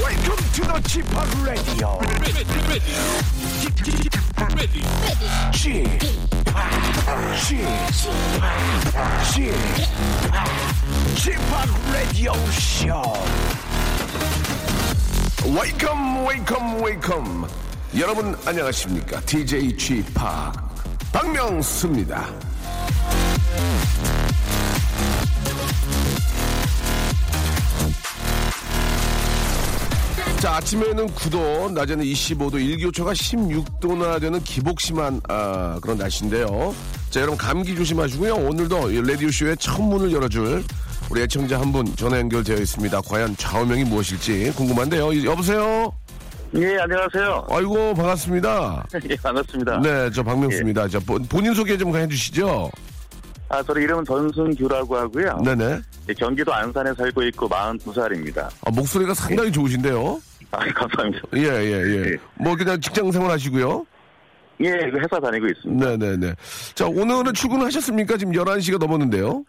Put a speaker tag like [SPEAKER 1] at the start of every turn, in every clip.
[SPEAKER 1] Welcome to the Chip Radio. Chip, Chip, Chip, Radio Show. Welcome, welcome, welcome. 여러분 안녕하십니까? DJ Chip 박명수입니다. 자, 아침에는 9도, 낮에는 25도, 일교차가 16도나 되는 기복심한 아, 그런 날씨인데요. 자, 여러분 감기 조심하시고요. 오늘도 이 라디오쇼의 첫 문을 열어줄 우리 애청자 한 분 전화 연결되어 있습니다. 과연 좌우명이 무엇일지 궁금한데요. 이- 여보세요?
[SPEAKER 2] 예, 안녕하세요.
[SPEAKER 1] 아이고, 반갑습니다.
[SPEAKER 2] 예, 반갑습니다.
[SPEAKER 1] 네, 저 박명수입니다. 저 본- 본인 소개 좀 해주시죠.
[SPEAKER 2] 아, 저는 이름은 전순규라고 하고요.
[SPEAKER 1] 네네.
[SPEAKER 2] 예, 경기도 안산에 살고 있고 42살입니다.
[SPEAKER 1] 아, 목소리가 상당히 좋으신데요.
[SPEAKER 2] 아, 감사합니다.
[SPEAKER 1] 예, 예, 예. 뭐, 그냥 직장 생활 하시고요.
[SPEAKER 2] 예, 그 회사 다니고 있습니다.
[SPEAKER 1] 네네네. 자, 오늘은 출근하셨습니까? 지금 11시가 넘었는데요.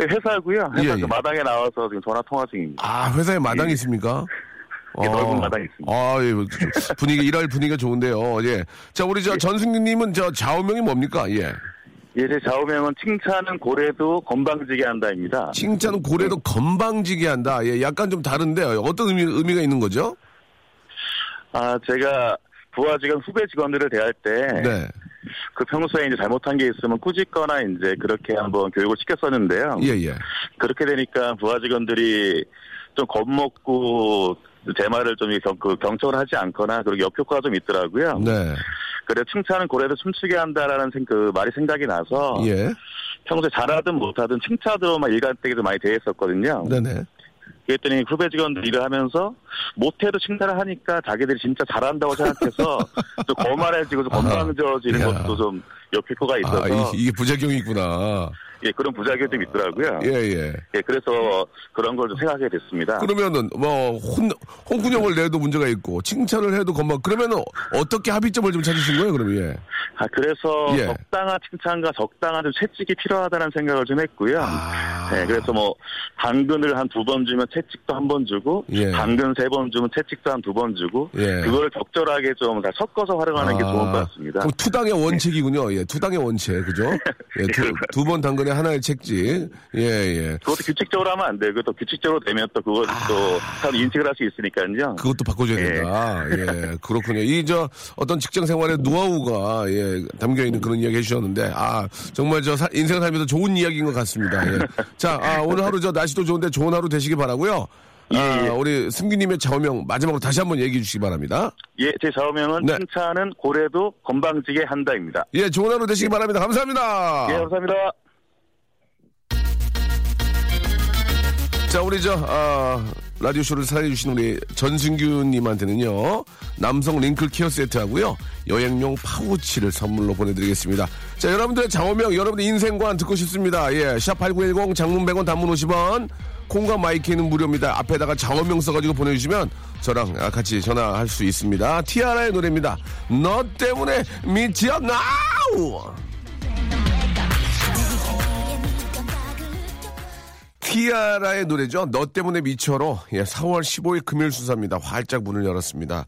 [SPEAKER 2] 예, 회사고요. 회사
[SPEAKER 1] 예, 예.
[SPEAKER 2] 그 마당에 나와서 지금 전화 통화 중입니다.
[SPEAKER 1] 아, 회사에 마당이 있습니까?
[SPEAKER 2] 예,
[SPEAKER 1] 아.
[SPEAKER 2] 넓은 마당이 있습니다.
[SPEAKER 1] 아, 예. 저, 분위기, 일할 분위기가 좋은데요. 예. 자, 우리 저 전승님은 저 좌우명이 뭡니까? 예.
[SPEAKER 2] 예, 제 좌우명은 칭찬은 고래도 건방지게 한다입니다.
[SPEAKER 1] 칭찬 고래도 건방지게 한다. 예, 약간 좀 다른데 어떤 의미, 의미가 있는 거죠?
[SPEAKER 2] 아, 제가 부하직원 후배 직원들을 대할 때
[SPEAKER 1] 네.
[SPEAKER 2] 그 평소에 이제 잘못한 게 있으면 꾸짖거나 이제 그렇게 한번 교육을 시켰었는데요.
[SPEAKER 1] 예, 예.
[SPEAKER 2] 그렇게 되니까 부하 직원들이 좀 겁먹고 제 말을 좀 경, 그 경청을 하지 않거나 그런 역효과가 좀 있더라고요.
[SPEAKER 1] 네.
[SPEAKER 2] 그래 칭찬은 고래도 춤추게 한다라는 생, 그 말이 생각이 나서
[SPEAKER 1] 예.
[SPEAKER 2] 평소에 잘하든 못하든 칭찬으로만 일관되게 좀 많이 대했었거든요.
[SPEAKER 1] 네네.
[SPEAKER 2] 그랬더니 후배 직원들 일을 하면서 못해도 칭찬을 하니까 자기들이 진짜 잘한다고 생각해서 좀 거만해지고 좀 건방져지는
[SPEAKER 1] 아, 야.
[SPEAKER 2] 것도 좀 역효과가 있어서
[SPEAKER 1] 아, 이, 게 부작용이 있구나.
[SPEAKER 2] 예, 그런 부작용이 좀 있더라고요.
[SPEAKER 1] 예, 예.
[SPEAKER 2] 예, 그래서 그런 걸 좀 생각하게 됐습니다.
[SPEAKER 1] 그러면은 뭐 혼, 홍군형을 내도 문제가 있고 칭찬을 해도 건방. 그러면은 어떻게 합의점을 좀 찾으신 거예요? 그럼 예.
[SPEAKER 2] 아, 그래서
[SPEAKER 1] 예.
[SPEAKER 2] 적당한 칭찬과 적당한 좀 채찍이 필요하다는 생각을 좀 했고요.
[SPEAKER 1] 아.
[SPEAKER 2] 네, 그래서 뭐 당근을 한 두 번 주면 채찍도 한 번 주고
[SPEAKER 1] 예.
[SPEAKER 2] 당근 세 번 주면 채찍도 한 두 번 주고
[SPEAKER 1] 예.
[SPEAKER 2] 그거를 적절하게 좀 다 섞어서 활용하는 게
[SPEAKER 1] 아,
[SPEAKER 2] 좋을 것 같습니다. 네.
[SPEAKER 1] 그럼 투당의 원칙이군요. 예, 투당의 원칙. 그죠? 예, 두, 두 번 당근에 하나의 책지. 예, 예.
[SPEAKER 2] 그것도 규칙적으로 하면 안 돼요. 그것도 규칙적으로 되면 또 그걸 또 사람 인식을 할 수 있으니까요.
[SPEAKER 1] 아. 그것도 바꿔줘야
[SPEAKER 2] 예.
[SPEAKER 1] 된다. 예, 그렇군요. 이 저 어떤 직장 생활의 노하우가 예, 담겨 있는 그런 이야기 해주셨는데, 아 정말 저 사- 인생 살면서 좋은 이야기인 것 같습니다. 예. 자, 아, 오늘 하루 저 날씨도 좋은데 좋은 하루 되시기 바라고요.
[SPEAKER 2] 예,
[SPEAKER 1] 아, 우리 승기님의 좌우명 마지막으로 다시 한번 얘기해 주시기 바랍니다.
[SPEAKER 2] 예, 제 좌우명은
[SPEAKER 1] 네.
[SPEAKER 2] 칭찬은 고래도 건방지게 한다입니다.
[SPEAKER 1] 예, 좋은 하루 되시기 바랍니다. 감사합니다.
[SPEAKER 2] 예, 감사합니다.
[SPEAKER 1] 자, 우리 저, 아, 라디오쇼를 사랑해주신 우리 전승규님한테는요, 남성 링클 케어 세트 하고요, 여행용 파우치를 선물로 보내드리겠습니다. 자, 여러분들의 장호명, 여러분의 인생관 듣고 싶습니다. 예, 샵8910 장문 100원 단문 50원, 콩과 마이키는 무료입니다. 앞에다가 장호명 써가지고 보내주시면 저랑 아, 같이 전화할 수 있습니다. 티아라의 노래입니다. 너 때문에 미치었나우! 티아라의 노래죠. 너 때문에 미쳐로 예, 4월 15일 금요일 순서입니다. 활짝 문을 열었습니다.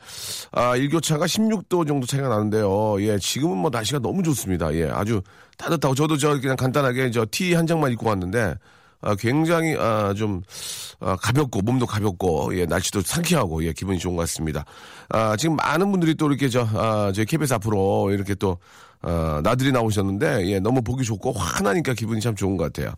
[SPEAKER 1] 아, 일교차가 16도 정도 차이가 나는데요. 예, 지금은 뭐 날씨가 너무 좋습니다. 예, 아주 따뜻하고 저도 저 그냥 간단하게 저 티 한 장만 입고 왔는데 아, 굉장히 아, 좀 아, 가볍고 몸도 가볍고 예, 날씨도 상쾌하고 예, 기분이 좋은 것 같습니다. 아, 지금 많은 분들이 또 이렇게 저 아, 저희 KBS 앞으로 이렇게 또 아, 나들이 나오셨는데 예, 너무 보기 좋고 환하니까 기분이 참 좋은 것 같아요.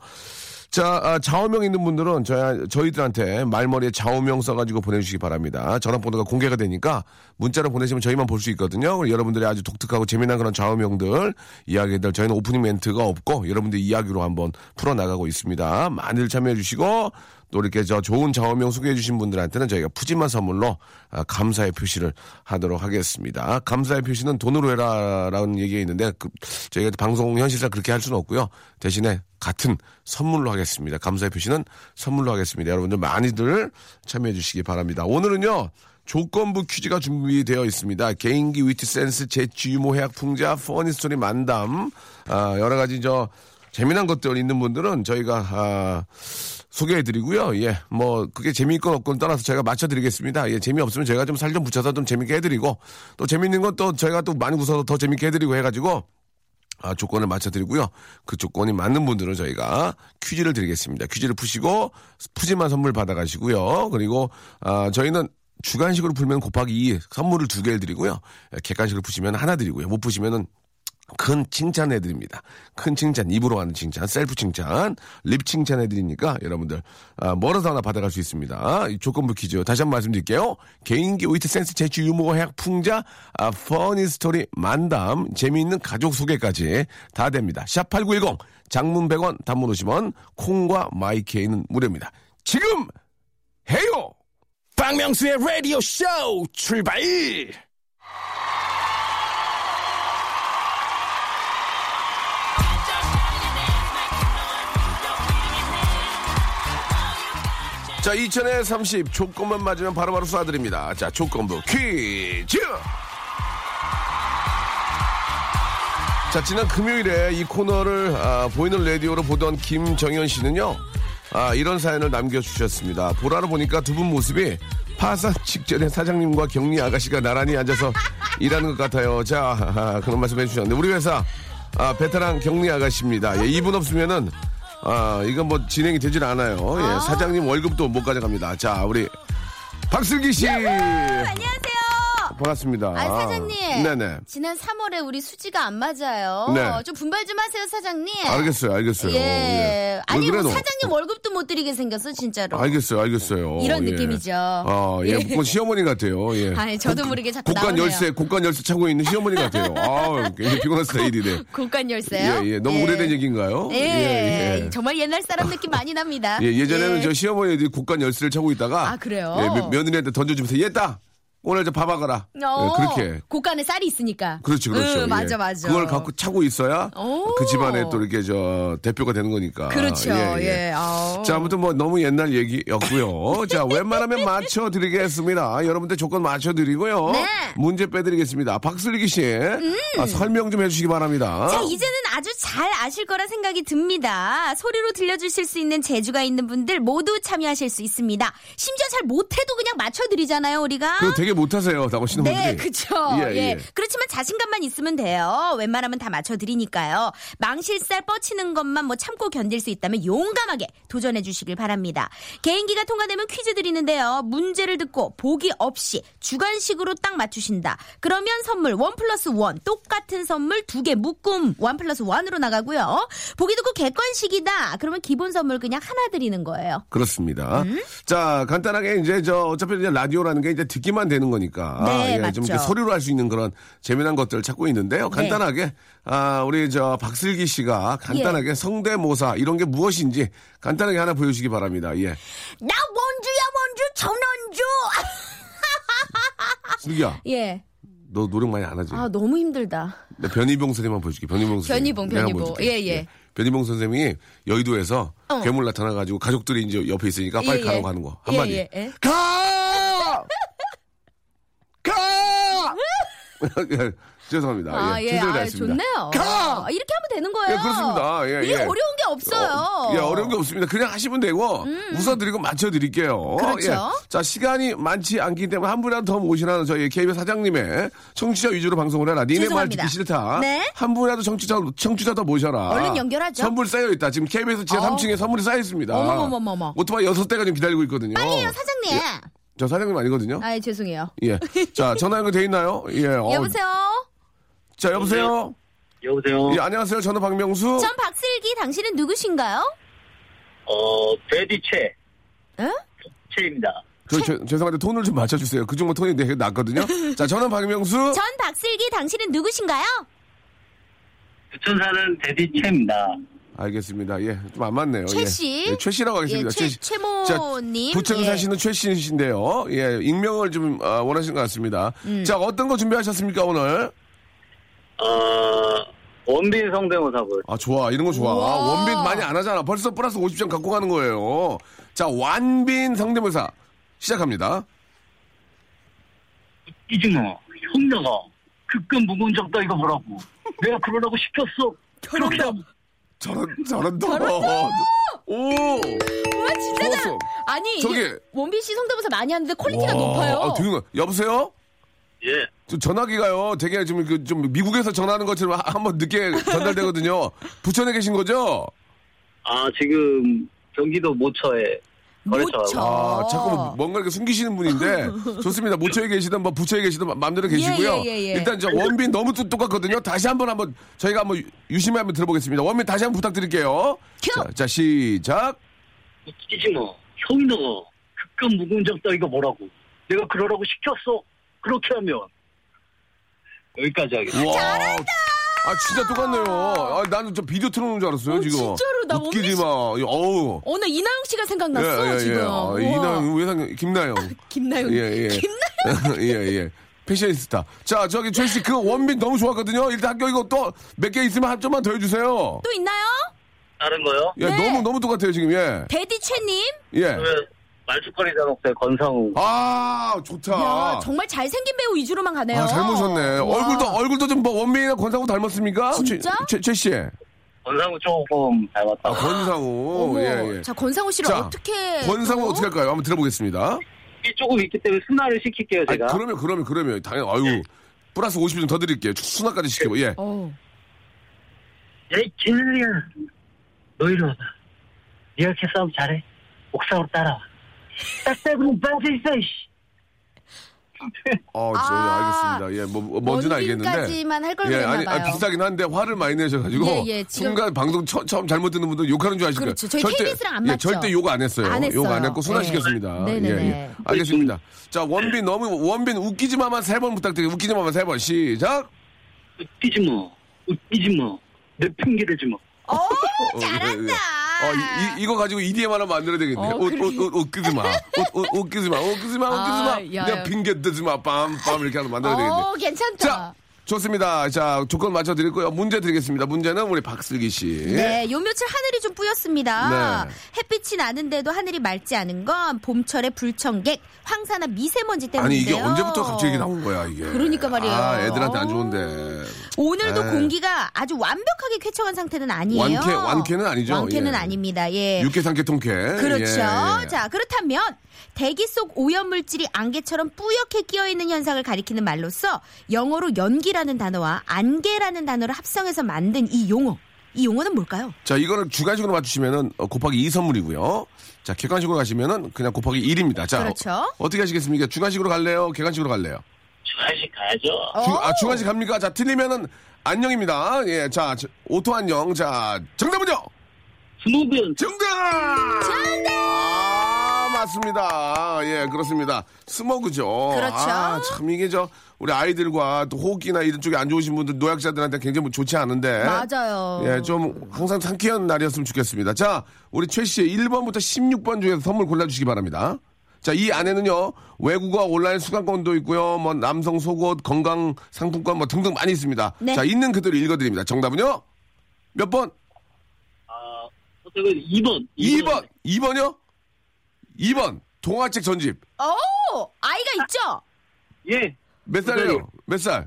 [SPEAKER 1] 자, 아, 좌우명 있는 분들은 저희, 저희들한테 말머리에 좌우명 써가지고 보내주시기 바랍니다. 전화번호가 공개가 되니까 문자로 보내시면 저희만 볼 수 있거든요. 그리고 여러분들의 아주 독특하고 재미난 그런 좌우명들, 이야기들, 저희는 오프닝 멘트가 없고 여러분들 이야기로 한번 풀어나가고 있습니다. 많이들 참여해주시고 또 이렇게 저 좋은 좌우명 소개해주신 분들한테는 저희가 푸짐한 선물로 아, 감사의 표시를 하도록 하겠습니다. 감사의 표시는 돈으로 해라라는 얘기가 있는데 그, 저희가 방송 현실상 그렇게 할 수는 없고요. 대신에 같은 선물로 하겠습니다. 감사의 표시는 선물로 하겠습니다. 여러분들 많이들 참여해 주시기 바랍니다. 오늘은요. 조건부 퀴즈가 준비되어 있습니다. 개인기 위트 센스 재치 유모 해학 풍자 퍼니 스토리 만담 아, 여러 가지 저 재미난 것들 있는 분들은 저희가 아, 소개해드리고요. 예, 뭐 그게 재미있건 없건 따라서 저희가 맞춰드리겠습니다. 예, 재미없으면 저희가 좀 살 좀 붙여서 좀 재밌게 해드리고 또 재밌는 건 또 저희가 또 많이 웃어서 더 재밌게 해드리고 해가지고 아, 조건을 맞춰드리고요. 그 조건이 맞는 분들은 저희가 퀴즈를 드리겠습니다. 퀴즈를 푸시고 푸짐한 선물 받아가시고요. 그리고 아, 저희는 주간식으로 풀면 곱하기 2 선물을 두 개 드리고요. 예, 객관식으로 푸시면 하나 드리고요. 못 푸시면은 큰 칭찬 해드립니다. 큰 칭찬, 입으로 하는 칭찬, 셀프 칭찬, 립 칭찬 해드리니까 여러분들 아, 멀어서 하나 받아갈 수 있습니다. 이 조건부 퀴즈 다시 한 번 말씀드릴게요. 개인기 위트 센스 재치 유머 해학 풍자 아, 퍼니 스토리 만담 재미있는 가족 소개까지 다 됩니다. 샵 #8910 장문 100원, 단문 50원, 콩과 마이케이는 무료입니다. 지금 해요.
[SPEAKER 3] 박명수의 라디오 쇼 출발!
[SPEAKER 1] 자, 2000에 30 조건만 맞으면 바로바로 쏴드립니다. 자, 조건부 퀴즈! 자, 지난 금요일에 이 코너를 아, 보이는 라디오로 보던 김정현 씨는요. 아, 이런 사연을 남겨주셨습니다. 보라로 보니까 두 분 모습이 파산 직전에 사장님과 경리 아가씨가 나란히 앉아서 일하는 것 같아요. 자, 아, 그런 말씀 해주셨는데, 우리 회사, 아, 베테랑 경리 아가씨입니다. 예, 이분 없으면은, 아, 이건 뭐 진행이 되질 않아요. 예, 사장님 월급도 못 가져갑니다. 자, 우리 박슬기 씨.
[SPEAKER 4] 안녕하세요.
[SPEAKER 1] 반갑습니다.
[SPEAKER 4] 아, 사장님.
[SPEAKER 1] 네네.
[SPEAKER 4] 지난 3월에 우리 수지가 안 맞아요.
[SPEAKER 1] 네.
[SPEAKER 4] 좀 분발 좀 하세요, 사장님.
[SPEAKER 1] 알겠어요, 알겠어요.
[SPEAKER 4] 예.
[SPEAKER 1] 예.
[SPEAKER 4] 아니,
[SPEAKER 1] 왜
[SPEAKER 4] 뭐
[SPEAKER 1] 그래도-
[SPEAKER 4] 사장님 월급도 못 드리게 생겼어, 진짜로.
[SPEAKER 1] 알겠어요, 알겠어요.
[SPEAKER 4] 이런
[SPEAKER 1] 예.
[SPEAKER 4] 느낌이죠.
[SPEAKER 1] 아, 예, 뭐 시어머니 같아요. 예.
[SPEAKER 4] 아니, 저도 모르게 자꾸
[SPEAKER 1] 곡간
[SPEAKER 4] 나오네요.
[SPEAKER 1] 열쇠, 곡간 열쇠 차고 있는 시어머니 같아요. 아, 굉장히 피곤한 스타일이네.
[SPEAKER 4] 곡간 열쇠요?
[SPEAKER 1] 예, 예. 너무 오래된 얘기인가요?
[SPEAKER 4] 예. 정말 옛날 사람 느낌 많이 납니다.
[SPEAKER 1] 예, 예전에는 저 시어머니들이 곡간 열쇠를 차고 있다가
[SPEAKER 4] 아, 그래요?
[SPEAKER 1] 예, 며- 며느리한테 던져주면서 얘다 오늘 저밥 먹어라.
[SPEAKER 4] 어,
[SPEAKER 1] 예, 그렇게
[SPEAKER 4] 곡간에 쌀이 있으니까.
[SPEAKER 1] 그렇죠, 그렇죠.
[SPEAKER 4] 응,
[SPEAKER 1] 예.
[SPEAKER 4] 맞아, 맞아.
[SPEAKER 1] 그걸 갖고 차고 있어야
[SPEAKER 4] 오.
[SPEAKER 1] 그 집안에 또 이렇게 저 대표가 되는 거니까.
[SPEAKER 4] 그렇죠, 예. 아우.
[SPEAKER 1] 아, 자, 아무튼 뭐 너무 옛날 얘기였고요. 자, 웬만하면 맞춰드리겠습니다. 여러분들 조건 맞춰드리고요.
[SPEAKER 4] 네. 음.
[SPEAKER 1] 문제 빼드리겠습니다. 박슬기 씨, 아, 설명 좀 해주시기 바랍니다.
[SPEAKER 4] 자, 이제는 아주 잘 아실 거라 생각이 듭니다. 소리로 들려주실 수 있는 재주가 있는 분들 모두 참여하실 수 있습니다. 심지어 잘 못해도 그냥 맞춰드리잖아요, 우리가.
[SPEAKER 1] 그거 되게 못하세요, 나오시는
[SPEAKER 4] 네,
[SPEAKER 1] 분들이.
[SPEAKER 4] 그쵸.
[SPEAKER 1] 예,
[SPEAKER 4] 예,
[SPEAKER 1] 예.
[SPEAKER 4] 그렇지만 자신감만 있으면 돼요. 웬만하면 다 맞춰드리니까요. 망실살 뻗치는 것만 뭐 참고 견딜 수 있다면 용감하게 도전해 주시길 바랍니다. 개인기가 통과되면 퀴즈 드리는데요. 문제를 듣고 보기 없이 주관식으로 딱 맞추신다. 그러면 선물 원 플러스 원 똑같은 선물 두 개 묶음 원 플러스 원으로 나가고요. 보기 듣고 객관식이다. 그러면 기본 선물 그냥 하나 드리는 거예요.
[SPEAKER 1] 그렇습니다.
[SPEAKER 4] 음.
[SPEAKER 1] 자, 간단하게 이제 저 어차피 이제 라디오라는 게 이제 듣기만 되는 거니까
[SPEAKER 4] 네,
[SPEAKER 1] 예, 좀
[SPEAKER 4] 맞죠. 네.
[SPEAKER 1] 이렇게 소리로 할 수 있는 그런 재미난 것들을 찾고 있는데요. 간단하게 아, 우리 저 박슬기 씨가 간단하게
[SPEAKER 4] 예.
[SPEAKER 1] 성대모사 이런 게 무엇인지 간단하게 하나 보여주시기 바랍니다. 예,
[SPEAKER 4] 나 원주야 원주 전원주.
[SPEAKER 1] 슬기야,
[SPEAKER 4] 예.
[SPEAKER 1] 너 노력 많이 안 하지?
[SPEAKER 4] 아 너무 힘들다.
[SPEAKER 1] 내 변희봉 선생님만 보여줄게. 변희봉 선생.
[SPEAKER 4] 변희봉, 변희봉. 예, 예.
[SPEAKER 1] 변희봉 선생님이 여의도에서
[SPEAKER 4] 어.
[SPEAKER 1] 괴물 나타나가지고 가족들이 이제 옆에 있으니까 아, 빨리
[SPEAKER 4] 예, 예.
[SPEAKER 1] 가라고 하는 거.
[SPEAKER 4] 예,
[SPEAKER 1] 한마디.
[SPEAKER 4] 예, 예.
[SPEAKER 1] 가! 가! 예, 죄송합니다.
[SPEAKER 4] 아,
[SPEAKER 1] 예.
[SPEAKER 4] 예,
[SPEAKER 1] 충절
[SPEAKER 4] 아,
[SPEAKER 1] 아, 했습니다.
[SPEAKER 4] 좋네요.
[SPEAKER 1] 가!
[SPEAKER 4] 아, 이렇게 하면 되는 거예요.
[SPEAKER 1] 예, 그렇습니다. 예,
[SPEAKER 4] 이게
[SPEAKER 1] 예.
[SPEAKER 4] 어려운 게 없어요. 음.
[SPEAKER 1] 예, 어려운 게 없습니다. 그냥 하시면 되고 웃어드리고 맞춰드릴게요.
[SPEAKER 4] 그렇죠.
[SPEAKER 1] 예. 자 시간이 많지 않기 때문에 한 분이라도 더 모시라는 저희 KBS 사장님의 청취자 위주로 방송을 해라. 니네 말
[SPEAKER 4] 죄송합니다.
[SPEAKER 1] 듣기 싫다.
[SPEAKER 4] 네.
[SPEAKER 1] 한 분이라도 청취자 청취자 더 모셔라.
[SPEAKER 4] 얼른 연결하죠. 어.
[SPEAKER 1] 선물 쌓여 있다. 지금 KBS 제 3층에 선물이 쌓여 있습니다.
[SPEAKER 4] 어머머머머머.
[SPEAKER 1] 오토바이 6 대가 지금 기다리고 있거든요.
[SPEAKER 4] 빨리요, 사장님.
[SPEAKER 1] 예. 저 사장님 아니거든요.
[SPEAKER 4] 아, 죄송해요.
[SPEAKER 1] 예. 자 전화 연결 돼 있나요? 예. 어,
[SPEAKER 4] 여보세요.
[SPEAKER 1] 자 여보세요.
[SPEAKER 2] 여보세요.
[SPEAKER 1] 예 안녕하세요. 저는 박명수.
[SPEAKER 4] 전 박슬기, 당신은 누구신가요?
[SPEAKER 5] 어, 돼지채.
[SPEAKER 4] 응?
[SPEAKER 5] 채입니다.
[SPEAKER 1] 저, 저- 죄송한데 톤을 좀 맞춰주세요. 그 정도 톤이 되게 낮거든요. 자, 저는 박명수.
[SPEAKER 4] 전 박슬기 당신은 누구신가요?
[SPEAKER 5] 부천사는 돼지채입니다.
[SPEAKER 1] 알겠습니다. 예, 좀 안 맞네요.
[SPEAKER 4] 최
[SPEAKER 1] 예.
[SPEAKER 4] 씨.
[SPEAKER 1] 예, 최 씨라고 하겠습니다.
[SPEAKER 4] 예, 최- 최모님.
[SPEAKER 1] 자, 부천
[SPEAKER 4] 예.
[SPEAKER 1] 사시는 최 씨이신데요. 예, 익명을 좀 아, 원하시는 것 같습니다.
[SPEAKER 4] 음.
[SPEAKER 1] 자, 어떤 거 준비하셨습니까 오늘?
[SPEAKER 5] 어, 원빈 성대모사고요.
[SPEAKER 1] 아, 좋아. 이런 거 좋아.
[SPEAKER 4] 우와.
[SPEAKER 1] 원빈 많이 안 하잖아. 벌써 플러스 50점 갖고 가는 거예요. 자, 완빈 성대모사 시작합니다.
[SPEAKER 5] 이준호, 형녀가 극금 무공적 도 이거 뭐라고. 내가 그러라고 시켰어. 그렇게 하면
[SPEAKER 1] 저런, 저런 더. 오!
[SPEAKER 4] 와 아, 진짜 잘-
[SPEAKER 1] 좋았어.
[SPEAKER 4] 아니
[SPEAKER 1] 저기-
[SPEAKER 4] 이게 원빈 씨 성대모사 많이 하는데 퀄리티가
[SPEAKER 1] 와,
[SPEAKER 4] 높아요.
[SPEAKER 1] 아, 되게, 높- 여보세요?
[SPEAKER 5] 예.
[SPEAKER 1] 저 전화기가요, 되게 좀, 그, 좀, 미국에서 전화하는 것처럼 하- 한번 늦게 전달되거든요. 부천에 계신 거죠?
[SPEAKER 5] 아, 지금 경기도 모처에 거래처.
[SPEAKER 4] 모처.
[SPEAKER 1] 아, 자꾸 뭔가 이렇게 숨기시는 분인데, 좋습니다. 모처에 계시든, 뭐, 부처에 계시든, 마- 마음대로 계시고요.
[SPEAKER 4] 예, 예, 예.
[SPEAKER 1] 일단, 저, 원빈 너무 뚝- 똑같거든요. 다시 한번 한번, 저희가 한번 유- 유심히 한번 들어보겠습니다. 원빈 다시 한번 부탁드릴게요.
[SPEAKER 4] 큐!
[SPEAKER 1] 자, 자, 시작.
[SPEAKER 5] 이준호, 형녀가 극금 무공적 도 이거 뭐라고. 내가 그러라고 시켰어. 그렇게 하면. 여기까지 하겠습니다.
[SPEAKER 1] 와. 아, 진짜 똑같네요. 아, 나는 저 비디오 틀어놓은 줄 알았어요,
[SPEAKER 4] 어,
[SPEAKER 1] 지금.
[SPEAKER 4] 진짜로 나 원빈
[SPEAKER 1] 웃기지
[SPEAKER 4] 씨-
[SPEAKER 1] 마. 어우.
[SPEAKER 4] 오늘 이나영 씨가 생각났어 지금.
[SPEAKER 1] 아,
[SPEAKER 4] 우와.
[SPEAKER 1] 이나영, 외상, 김나영.
[SPEAKER 4] 김나영.
[SPEAKER 1] 예, 예.
[SPEAKER 4] 김나영.
[SPEAKER 1] 예, 예. 패션스타. 자, 저기 최씨 그 원빈 너무 좋았거든요. 일단 학교 이거 또 몇 개 있으면 한 점만 더 해주세요.
[SPEAKER 4] 또 있나요?
[SPEAKER 5] 다른 거요?
[SPEAKER 1] 예,
[SPEAKER 4] 네.
[SPEAKER 1] 너무 너무 똑같아요 지금 예,
[SPEAKER 4] 데디 최님.
[SPEAKER 1] 예.
[SPEAKER 5] 그러면 말죽거리 잔혹사의 권상우.
[SPEAKER 1] 아, 좋다.
[SPEAKER 4] 야 정말 잘생긴 배우 위주로만 가네요.
[SPEAKER 1] 아, 잘 모셨네.
[SPEAKER 4] 와.
[SPEAKER 1] 얼굴도 얼굴도 좀 뭐 원빈이나 권상우 닮았습니까?
[SPEAKER 4] 진짜?
[SPEAKER 1] 최 씨.
[SPEAKER 5] 권상우 조금 닮았다.
[SPEAKER 1] 아, 권상우.
[SPEAKER 4] 어머,
[SPEAKER 1] 예, 예.
[SPEAKER 4] 자 권상우 씨를
[SPEAKER 1] 자,
[SPEAKER 4] 어떻게
[SPEAKER 1] 권상우
[SPEAKER 4] 또?
[SPEAKER 1] 어떻게 할까요? 한번 들어보겠습니다.
[SPEAKER 5] 이 조금 있기 때문에 순화를 시킬게요,
[SPEAKER 1] 아니,
[SPEAKER 5] 제가. 예.
[SPEAKER 1] 그러면 그러면 그러면 당연히 아유. 플러스 50점 더 드릴게요. 수나까지 시키고. 예.
[SPEAKER 4] 어.
[SPEAKER 5] 야, 이 개들이야. 너 이리 와봐. 니가 이렇게 싸움 잘해. 옥상으로 따라와. 딱딱으로 그 빠져있어, 이씨.
[SPEAKER 1] 어, 저,
[SPEAKER 4] 아,
[SPEAKER 1] 알겠습니다. 예, 뭐, 뭔지는 알겠는데.
[SPEAKER 4] 원빈까지만 할걸
[SPEAKER 1] 예,
[SPEAKER 4] 그랬나
[SPEAKER 1] 아니,
[SPEAKER 4] 봐요.
[SPEAKER 1] 아니, 비싸긴 한데 화를 많이 내셔가지고
[SPEAKER 4] 예, 예, 지금-
[SPEAKER 1] 순간 방송 처, 처음 잘못 듣는 분들 욕하는 줄 아시죠?
[SPEAKER 4] 그렇죠. 저희 KBS랑 안
[SPEAKER 1] 예,
[SPEAKER 4] 맞죠?
[SPEAKER 1] 절대 욕 안 했어요.
[SPEAKER 4] 안 했어요.
[SPEAKER 1] 욕 안 했고 순화시켰습니다.
[SPEAKER 4] 네.
[SPEAKER 1] 예,
[SPEAKER 4] 네네네.
[SPEAKER 1] 예. 알겠습니다. 자 원빈 너무 원빈 웃기지 마만 세 번 부탁드려요. 웃기지 마만 세 번 시작.
[SPEAKER 5] 웃기지 뭐. 웃기지 뭐. 내 핑계를 지 뭐.
[SPEAKER 4] 어,
[SPEAKER 1] 예, 예.
[SPEAKER 4] 잘한다.
[SPEAKER 1] 어, 이, 거 가지고 EDM 하나 만들어야 되겠네.
[SPEAKER 4] 어,
[SPEAKER 1] 요 웃,
[SPEAKER 4] 그러게.
[SPEAKER 1] 웃, 웃, 웃기지 마. 웃, 웃, 웃기지 마. 웃기지 마.
[SPEAKER 4] 아,
[SPEAKER 1] 웃기지 마.
[SPEAKER 4] 야,
[SPEAKER 1] 내가
[SPEAKER 4] 야.
[SPEAKER 1] 핑계 뜨지 마. 빰빰 이렇게 하나 만들어야 되겠네.
[SPEAKER 4] 어, 괜찮다.
[SPEAKER 1] 자, 좋습니다. 자, 조건 맞춰드릴고요. 문제 드리겠습니다. 문제는 우리 박슬기 씨.
[SPEAKER 4] 네, 요 며칠 하늘이 좀
[SPEAKER 1] 예.
[SPEAKER 4] 뿌였습니다.
[SPEAKER 1] 네.
[SPEAKER 4] 햇빛이 나는데도 하늘이 맑지 않은 건 봄철의 불청객, 황사나 미세먼지 때문인데요.
[SPEAKER 1] 아니, 이게 언제부터 갑자기 이게 나온 거야, 이게.
[SPEAKER 4] 그러니까 말이에요.
[SPEAKER 1] 아, 애들한테 안 좋은데.
[SPEAKER 4] 오늘도
[SPEAKER 1] 네.
[SPEAKER 4] 공기가 아주 완벽하게 쾌청한 상태는 아니에요.
[SPEAKER 1] 완쾌- 완쾌는 아니죠.
[SPEAKER 4] 완쾌는
[SPEAKER 1] 예.
[SPEAKER 4] 아닙니다. 예.
[SPEAKER 1] 육회, 삼계 통쾌.
[SPEAKER 4] 그렇죠.
[SPEAKER 1] 예.
[SPEAKER 4] 자, 그렇다면 대기 속 오염물질이 안개처럼 뿌옇게 끼어 있는 현상을 가리키는 말로서 영어로 연기라는 단어와 안개라는 단어를 합성해서 만든 이 용어. 이 용어는 뭘까요?
[SPEAKER 1] 자, 이거를 주관식으로 맞추시면은 어, 곱하기 2 선물이고요. 자, 객관식으로 가시면은 그냥 곱하기 1입니다. 자,
[SPEAKER 4] 그렇죠.
[SPEAKER 1] 어, 떻게 하시겠습니까? 주관식으로 갈래요? 객관식으로 갈래요?
[SPEAKER 5] 주관식 가야죠.
[SPEAKER 4] 어.
[SPEAKER 1] 주, 아, 주관식 갑니까? 자, 틀리면은 안녕입니다. 예, 자, 저- 오토 안녕. 자, 정답은요?
[SPEAKER 5] 스노변.
[SPEAKER 1] 정답! 아, 맞습니다. 예, 그렇습니다. 스모그죠.
[SPEAKER 4] 그렇죠.
[SPEAKER 1] 아, 참, 이게 저, 우리 아이들과 또 호흡기나 이런 쪽이 안 좋으신 분들, 노약자들한테 굉장히 뭐 좋지 않은데.
[SPEAKER 4] 맞아요.
[SPEAKER 1] 예, 좀 항상 상쾌한 날이었으면 좋겠습니다. 자, 우리 최 씨, 1번부터 16번 중에서 선물 골라주시기 바랍니다. 자, 이 안에는요, 외국어 온라인 수강권도 있고요, 뭐, 남성 속옷, 건강 상품권 뭐 등등 많이 있습니다.
[SPEAKER 4] 네.
[SPEAKER 1] 자, 있는 그대로 읽어드립니다. 정답은요? 몇 번?
[SPEAKER 5] 아, 어쨌든 2번.
[SPEAKER 1] 2번. 2번이요? 2번. 동화책 전집.
[SPEAKER 4] 오! 어, 아이가 있죠?
[SPEAKER 5] 예.
[SPEAKER 4] 네.
[SPEAKER 1] 몇 살이에요? 몇 살?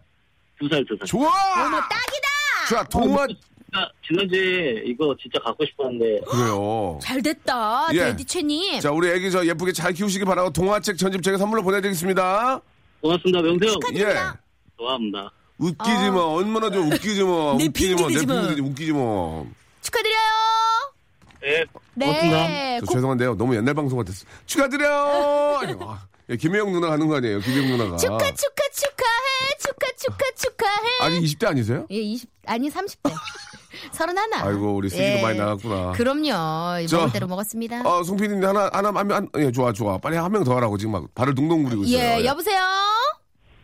[SPEAKER 5] 두 살, 두 살.
[SPEAKER 1] 좋아!
[SPEAKER 4] 딱이다!
[SPEAKER 1] 자, 동화.
[SPEAKER 2] 아,
[SPEAKER 5] 나 지난주에 이거 진짜 갖고 싶었는데.
[SPEAKER 1] 그래요.
[SPEAKER 4] 잘 됐다,
[SPEAKER 1] 예.
[SPEAKER 4] 데디채님.
[SPEAKER 1] 자, 우리 애기 저 예쁘게 잘 키우시기 바라고 동화책 전집 제가 선물로 보내드리겠습니다.
[SPEAKER 5] 고맙습니다, 명세 형.
[SPEAKER 1] 예.
[SPEAKER 5] 좋아합니다.
[SPEAKER 1] 웃기지 마. 얼마나 좀 웃기지 마.
[SPEAKER 4] 내
[SPEAKER 1] 웃기지 마. 내
[SPEAKER 4] 어. 네, 핑계대지 뭐. 마.
[SPEAKER 1] 핑계대지 웃기지 뭐. 마.
[SPEAKER 4] 축하드려요!
[SPEAKER 5] 예.
[SPEAKER 4] 네.
[SPEAKER 1] 저
[SPEAKER 4] 고-
[SPEAKER 1] 죄송한데요. 너무 옛날 방송 같았어. 축하드려요. 아, 예, 김혜영 누나 하는 거 아니에요. 김혜영 누나가.
[SPEAKER 4] 축하, 축하, 축하해! 축하, 축하, 축하해!
[SPEAKER 1] 아직 20대 아니세요?
[SPEAKER 4] 예, 20, 아니, 30대. 서른 하나.
[SPEAKER 1] 아이고, 우리
[SPEAKER 4] 예.
[SPEAKER 1] 세기도 많이 나갔구나.
[SPEAKER 4] 그럼요.
[SPEAKER 1] 저-
[SPEAKER 4] 먹을 대로 먹었습니다.
[SPEAKER 1] 아, 송피디님 하나 하나 한, 한, 예, 좋아 좋아. 빨리 한 명 더 하라고 지금 막 발을 동동 구리고 있어요.
[SPEAKER 4] 예, 여보세요.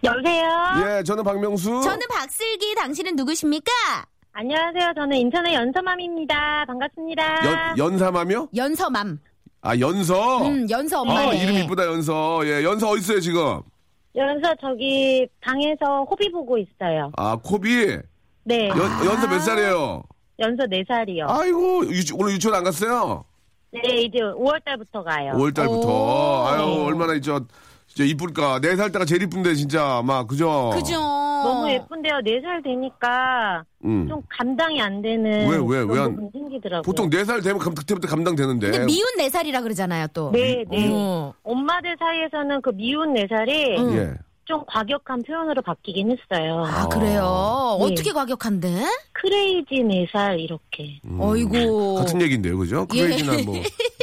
[SPEAKER 6] 여보세요?
[SPEAKER 1] 예, 저는 박명수.
[SPEAKER 4] 저는 박슬기. 당신은 누구십니까?
[SPEAKER 6] 안녕하세요. 저는 인천의 연서맘입니다. 반갑습니다.
[SPEAKER 1] 연, 연삼하며?
[SPEAKER 4] 연서맘.
[SPEAKER 1] 아, 연서.
[SPEAKER 4] 아. 음, 연서 엄마네.
[SPEAKER 1] 아, 이름 이쁘다, 연서. 예, 연서 어디 있어요, 지금?
[SPEAKER 6] 연서 저기 방에서 호비 보고 있어요.
[SPEAKER 1] 아, 코비.
[SPEAKER 6] 네.
[SPEAKER 1] 연, 연서 몇 살이에요?
[SPEAKER 6] 연서 4살이요.
[SPEAKER 1] 아이고, 유치- 오늘 유치원 안 갔어요?
[SPEAKER 6] 네, 이제 5월달부터 가요.
[SPEAKER 1] 5월달부터. 아유, 얼마나 이제, 진짜 이쁠까. 4살 때가 제일 이쁜데, 진짜. 막, 그죠?
[SPEAKER 4] 그죠. 어.
[SPEAKER 6] 너무 예쁜데요. 4살 되니까
[SPEAKER 1] 음.
[SPEAKER 6] 좀 감당이 안 되는
[SPEAKER 1] 왜, 왜,
[SPEAKER 6] 그런
[SPEAKER 1] 왜 안-
[SPEAKER 6] 부분이 생기더라고요.
[SPEAKER 1] 보통 4살 되면 감- 그때부터 감당되는데.
[SPEAKER 4] 근데 미운 네 살이라 그러잖아요, 또.
[SPEAKER 6] 네, 네.
[SPEAKER 4] 어.
[SPEAKER 6] 엄마들 사이에서는 그 미운 4살이
[SPEAKER 4] 음.
[SPEAKER 1] 예.
[SPEAKER 6] 좀 과격한 표현으로 바뀌긴 했어요.
[SPEAKER 4] 아, 그래요.
[SPEAKER 6] 네.
[SPEAKER 4] 어떻게 과격한데?
[SPEAKER 6] 크레이지 4살 이렇게.
[SPEAKER 4] 어이구.
[SPEAKER 1] 음. 같은 얘기인데요, 그죠?
[SPEAKER 4] 예.
[SPEAKER 1] 크레이지나 뭐.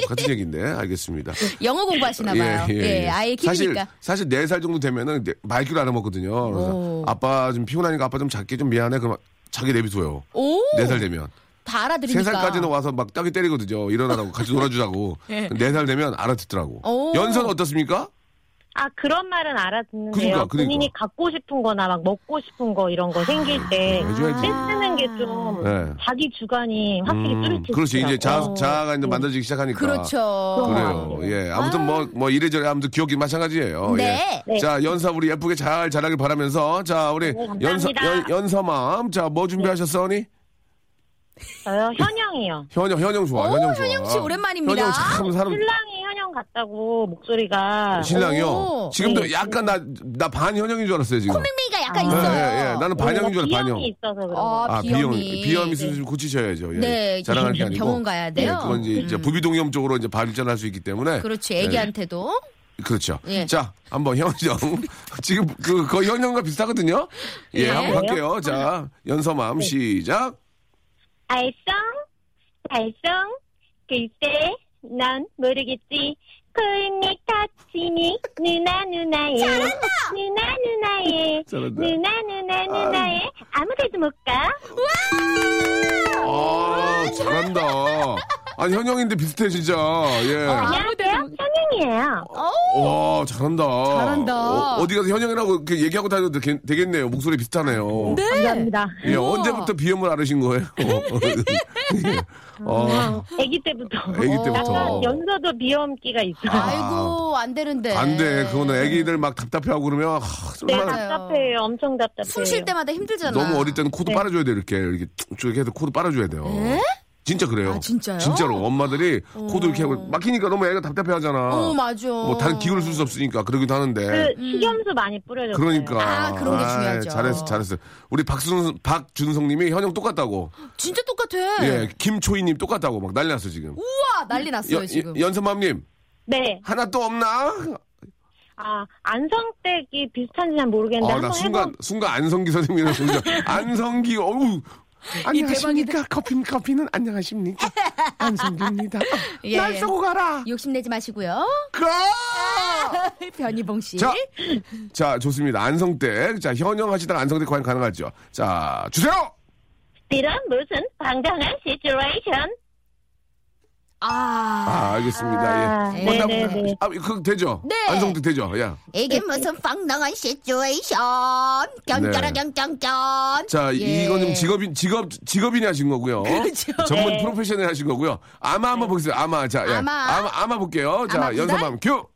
[SPEAKER 1] 같은 얘기인데, 알겠습니다.
[SPEAKER 4] 영어 공부하시나 봐요. 예, 아예
[SPEAKER 1] 사실,
[SPEAKER 4] 키우니까.
[SPEAKER 1] 사실 4살 정도 되면은 네- 말귀를 알아먹거든요. 그래서
[SPEAKER 4] 오.
[SPEAKER 1] 아빠 좀 피곤하니까 아빠 좀 작게 좀 미안해. 그럼 자기 내비둬요.
[SPEAKER 4] 오.
[SPEAKER 1] 4살 되면.
[SPEAKER 4] 다 알아들으니까.
[SPEAKER 1] 세살까지는 와서 막 따기 때리거든요. 일어나라고 같이 놀아주자고.
[SPEAKER 4] 예.
[SPEAKER 1] 네 살 되면 알아듣더라고.
[SPEAKER 4] 오.
[SPEAKER 1] 연서는 어떻습니까?
[SPEAKER 6] 아 그런 말은 알아듣는데요.
[SPEAKER 1] 그러니까, 그러니까.
[SPEAKER 6] 본인이 갖고 싶은 거나 막 먹고 싶은 거 이런 거 생길 때
[SPEAKER 1] 해줘야지.
[SPEAKER 6] 떼쓰는 게 좀
[SPEAKER 1] 네.
[SPEAKER 6] 자기 주관이 확실히
[SPEAKER 1] 음,
[SPEAKER 6] 뚜렷해지더라고요.
[SPEAKER 1] 그렇지. 이제 자,
[SPEAKER 4] 어.
[SPEAKER 1] 자아가 이제 만들어지기 시작하니까.
[SPEAKER 4] 그렇죠.
[SPEAKER 1] 그래요. 예. 아무튼 뭐, 뭐 이래저래 아무튼 기억이 마찬가지예요.
[SPEAKER 4] 네.
[SPEAKER 1] 예.
[SPEAKER 6] 네.
[SPEAKER 1] 자, 연사 우리 예쁘게 잘 자라길 바라면서. 자, 우리
[SPEAKER 6] 감사합니다.
[SPEAKER 1] 연사, 연, 연서맘. 자, 뭐 준비하셨어, 언니?
[SPEAKER 6] 저요 현영이요.
[SPEAKER 1] 현영, 현영 좋아.
[SPEAKER 4] 오,
[SPEAKER 1] 현영 좋아.
[SPEAKER 4] 현영 씨 오랜만입니다.
[SPEAKER 1] 현영 참 사람.
[SPEAKER 6] 신랑이 현영 같다고 목소리가
[SPEAKER 1] 신랑이요.
[SPEAKER 4] 오. 네.
[SPEAKER 1] 지금도 약간 나, 나 반현영인 줄 알았어요, 지금.
[SPEAKER 4] 흥미가 약간
[SPEAKER 1] 예,
[SPEAKER 4] 있어요.
[SPEAKER 1] 예, 예. 나는 반영인 줄 알아, 반영.
[SPEAKER 6] 비염이 있어서 그런
[SPEAKER 4] 아,
[SPEAKER 6] 거.
[SPEAKER 1] 아, 비염.
[SPEAKER 4] 비염이.
[SPEAKER 1] 비염 있으면 좀 고치셔야죠. 예.
[SPEAKER 4] 네,
[SPEAKER 1] 자랑할 게
[SPEAKER 4] 병-
[SPEAKER 1] 아니고.
[SPEAKER 4] 병원 가야 돼요. 음.
[SPEAKER 1] 예, 그건 이제, 이제 부비동염 쪽으로 이제 발전할 수 있기 때문에.
[SPEAKER 4] 그렇지.
[SPEAKER 1] 예,
[SPEAKER 4] 애기한테도.
[SPEAKER 1] 그렇죠.
[SPEAKER 4] 예.
[SPEAKER 1] 자, 한번 현영. 지금 그, 거의 현영과 비슷하거든요. 예,
[SPEAKER 4] 예.
[SPEAKER 1] 한번 갈게요. 자, 연서맘
[SPEAKER 4] 네.
[SPEAKER 1] 시작.
[SPEAKER 6] 알성 알성 글쎄 넌 모르겠지. 콜니 터치니 누나 누나의 누나 누나의
[SPEAKER 1] 잘한다.
[SPEAKER 6] 누나 누나 누나의 아무 데도 못 가.
[SPEAKER 1] 아, 잘한다. 아니, 현영인데 비슷해, 진짜. 예.
[SPEAKER 4] 아,
[SPEAKER 6] 안녕하세요. 현영이에요.
[SPEAKER 4] 네.
[SPEAKER 1] 와, 잘한다.
[SPEAKER 4] 잘한다.
[SPEAKER 1] 어, 디 가서 현영이라고 이렇게 얘기하고 다녀도 되겠- 되겠네요. 목소리 비슷하네요. 네.
[SPEAKER 6] 감사합니다.
[SPEAKER 1] 예,
[SPEAKER 4] 우와. 네.
[SPEAKER 1] 언제부터 비염을 앓으신 거예요? 예. 어,
[SPEAKER 6] 아기 때부터.
[SPEAKER 1] 아기 때부터.
[SPEAKER 6] 약간 연서도 비염기가 있어요.
[SPEAKER 1] 아,
[SPEAKER 4] 어,
[SPEAKER 1] 네.
[SPEAKER 4] 아이고, 네. 안 되는데. 음,
[SPEAKER 1] 안 돼. 그거는 애기들 막 답답해하고 그러면 아, 하,
[SPEAKER 6] 네,
[SPEAKER 1] 얼마나
[SPEAKER 6] 답답해요. 엄청 답답해요.
[SPEAKER 4] 숨 쉴 때마다 힘들잖아.
[SPEAKER 1] 너무 어릴 때는
[SPEAKER 4] 네.
[SPEAKER 1] 코도 빨아줘야 돼 이렇게 이렇게 쭉 해서 코도 빨아줘야 돼요. 진짜 그래요.
[SPEAKER 4] 아, 진짜요?
[SPEAKER 1] 로 엄마들이 코도 이렇게 하고 막히니까 너무 애가 답답해하잖아.
[SPEAKER 4] 어, 맞아.
[SPEAKER 1] 뭐 다른 기운을 쓸 수 없으니까 그러기도 하는데.
[SPEAKER 6] 그
[SPEAKER 4] 음.
[SPEAKER 6] 식염수 많이 뿌려줘요.
[SPEAKER 1] 네. 그, 러니까
[SPEAKER 4] 아, 그런 게 중요하죠.
[SPEAKER 1] 잘했어, 잘했어. 우리 박순 박준성님이 현영 똑같다고.
[SPEAKER 4] 진짜 똑같아.
[SPEAKER 1] 예, 김초희님 똑같다고 막 난리났어 지금.
[SPEAKER 4] 우와, 난리 났어요,
[SPEAKER 1] 연-
[SPEAKER 4] 지금. 네,
[SPEAKER 1] 연선맘님
[SPEAKER 6] 네.
[SPEAKER 1] 하나 또 없나?
[SPEAKER 6] 아, 안성댁이 비슷한지 잘 모르겠는데.
[SPEAKER 1] 아, 나
[SPEAKER 6] 한번
[SPEAKER 1] 순간,
[SPEAKER 6] 해보...
[SPEAKER 1] 순간 안성기 선생님이랑 순간. 안성기, 어우. 안녕하십니까? 커피, 커피는 안녕하십니까? 안성기입니다.
[SPEAKER 4] 예,
[SPEAKER 1] 날
[SPEAKER 4] 예.
[SPEAKER 1] 쏘고 가라!
[SPEAKER 4] 욕심내지 마시고요.
[SPEAKER 1] 가!
[SPEAKER 4] 변희봉 씨.
[SPEAKER 1] 자, 자, 좋습니다. 안성댁. 자, 현영 하시다가 안성댁 과연 가능하죠? 자, 주세요!
[SPEAKER 6] 이런 무슨 황당한 시츄에이션.
[SPEAKER 4] 아.
[SPEAKER 1] 아, 알겠습니다. 예.
[SPEAKER 6] 아,
[SPEAKER 1] 어, 나-
[SPEAKER 6] 네네네.
[SPEAKER 1] 아, 그, 되죠?
[SPEAKER 4] 네.
[SPEAKER 1] 안성댁 되죠? 예. 야.
[SPEAKER 4] 이게 무슨 빵당한 시츄에이션.
[SPEAKER 1] 네.
[SPEAKER 4] 짱짱짱짱.
[SPEAKER 1] 자,
[SPEAKER 4] 예.
[SPEAKER 1] 이건 좀 직업인, 직업, 직업인이 하신 거고요.
[SPEAKER 4] 그렇죠. 네.
[SPEAKER 1] 전문
[SPEAKER 6] 네.
[SPEAKER 1] 프로페셔널이 하신 거고요. 아마 한번 보겠습니다. 아마. 자, 예.
[SPEAKER 4] 아마.
[SPEAKER 1] 아마, 아마 볼게요.
[SPEAKER 4] 아마
[SPEAKER 1] 자,
[SPEAKER 4] 구단?
[SPEAKER 1] 연습함 큐!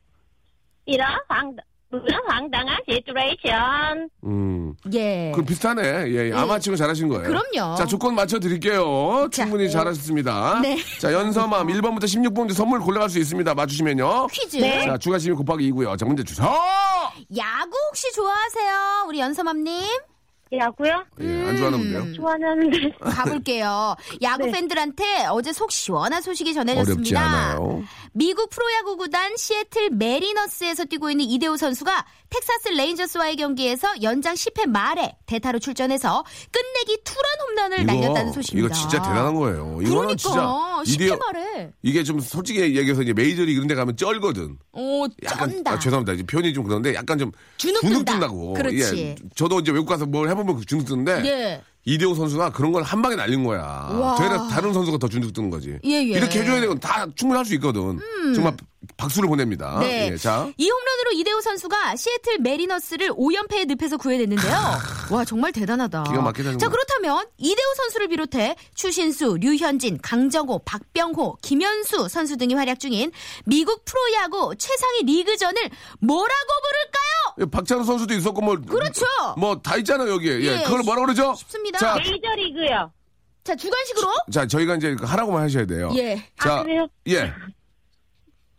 [SPEAKER 6] 이런 황, 무슨 황당한 시츄에이션.
[SPEAKER 1] 음.
[SPEAKER 4] 예.
[SPEAKER 1] 그 비슷하네. 예, 예. 아마치고 잘하신 거예요.
[SPEAKER 4] 그럼요.
[SPEAKER 1] 자, 조건 맞춰드릴게요.
[SPEAKER 4] 자.
[SPEAKER 1] 충분히 잘하셨습니다.
[SPEAKER 4] 네.
[SPEAKER 1] 자, 연서맘 1번부터 16번째 선물 골라갈 수 있습니다. 맞추시면요.
[SPEAKER 4] 퀴즈.
[SPEAKER 1] 자, 추가 16 곱하기 2고요. 자, 문제 주세요.
[SPEAKER 4] 야구 혹시 좋아하세요? 우리 연서맘님.
[SPEAKER 6] 이라고요?
[SPEAKER 1] 예, 안 좋아하나
[SPEAKER 4] 음.
[SPEAKER 1] 본데요.
[SPEAKER 6] 좋아하는데.
[SPEAKER 4] 가볼게요. 야구 팬들한테 어제 속 시원한 소식이 전해졌습니다.
[SPEAKER 1] 어렵지 않아요.
[SPEAKER 4] 미국 프로야구 구단 시애틀 메리너스에서 뛰고 있는 이대호 선수가 텍사스 레인저스와의 경기에서 연장 10회 말에 대타로 출전해서 끝내기 투런 홈런을 날렸다는 소식입니다.
[SPEAKER 1] 이거 진짜 대단한 거예요. 어, 이거는
[SPEAKER 4] 그러니까
[SPEAKER 1] 진짜
[SPEAKER 4] 쉽게
[SPEAKER 1] 이게-
[SPEAKER 4] 말해.
[SPEAKER 1] 이게 좀 솔직히 얘기해서 이제 메이저리 이런 데 가면 쩔거든.
[SPEAKER 4] 오,
[SPEAKER 1] 약간
[SPEAKER 4] 쩐다.
[SPEAKER 1] 아, 죄송합니다. 이제 표현이 좀 그런데 약간 좀
[SPEAKER 4] 주눅 든다.
[SPEAKER 1] 뜬다고.
[SPEAKER 4] 그렇지.
[SPEAKER 1] 예. 저도 이제 외국 가서 뭘 해보면 그 주눅 뜨는데
[SPEAKER 4] 예.
[SPEAKER 1] 이대호 선수가 그런 걸 한 방에 날린 거야. 되려 다른 선수가 더 준죽 뜨는 거지.
[SPEAKER 4] 예, 예.
[SPEAKER 1] 이렇게 해줘야 되고 다 충분히 할 수 있거든. 정말 박수를 보냅니다.
[SPEAKER 4] 네.
[SPEAKER 1] 예, 자.
[SPEAKER 4] 이 홈런으로 이대호 선수가 시애틀 메리너스를 5연패에 늪에서 구해냈는데요. 와 정말 대단하다.
[SPEAKER 1] 아. 기가 막히게 되는
[SPEAKER 4] 자
[SPEAKER 1] 거.
[SPEAKER 4] 그렇다면 이대호 선수를 비롯해 추신수, 류현진, 강정호, 박병호, 김현수 선수 등이 활약 중인 미국 프로야구 최상위 리그전을 뭐라고 부를까요?
[SPEAKER 1] 예, 박찬호 선수도 있었고 뭐
[SPEAKER 4] 그렇죠.
[SPEAKER 1] 뭐 다 있잖아요 여기에. 예,
[SPEAKER 4] 예,
[SPEAKER 1] 그걸 뭐라 그러죠?
[SPEAKER 4] 쉽습니다.
[SPEAKER 1] 자,
[SPEAKER 6] 메이저리그요.
[SPEAKER 4] 자 주관식으로
[SPEAKER 1] 자 저희가 이제 하라고만 하셔야 돼요.
[SPEAKER 4] 예.
[SPEAKER 1] 자,
[SPEAKER 6] 아, 그래요?
[SPEAKER 1] 예.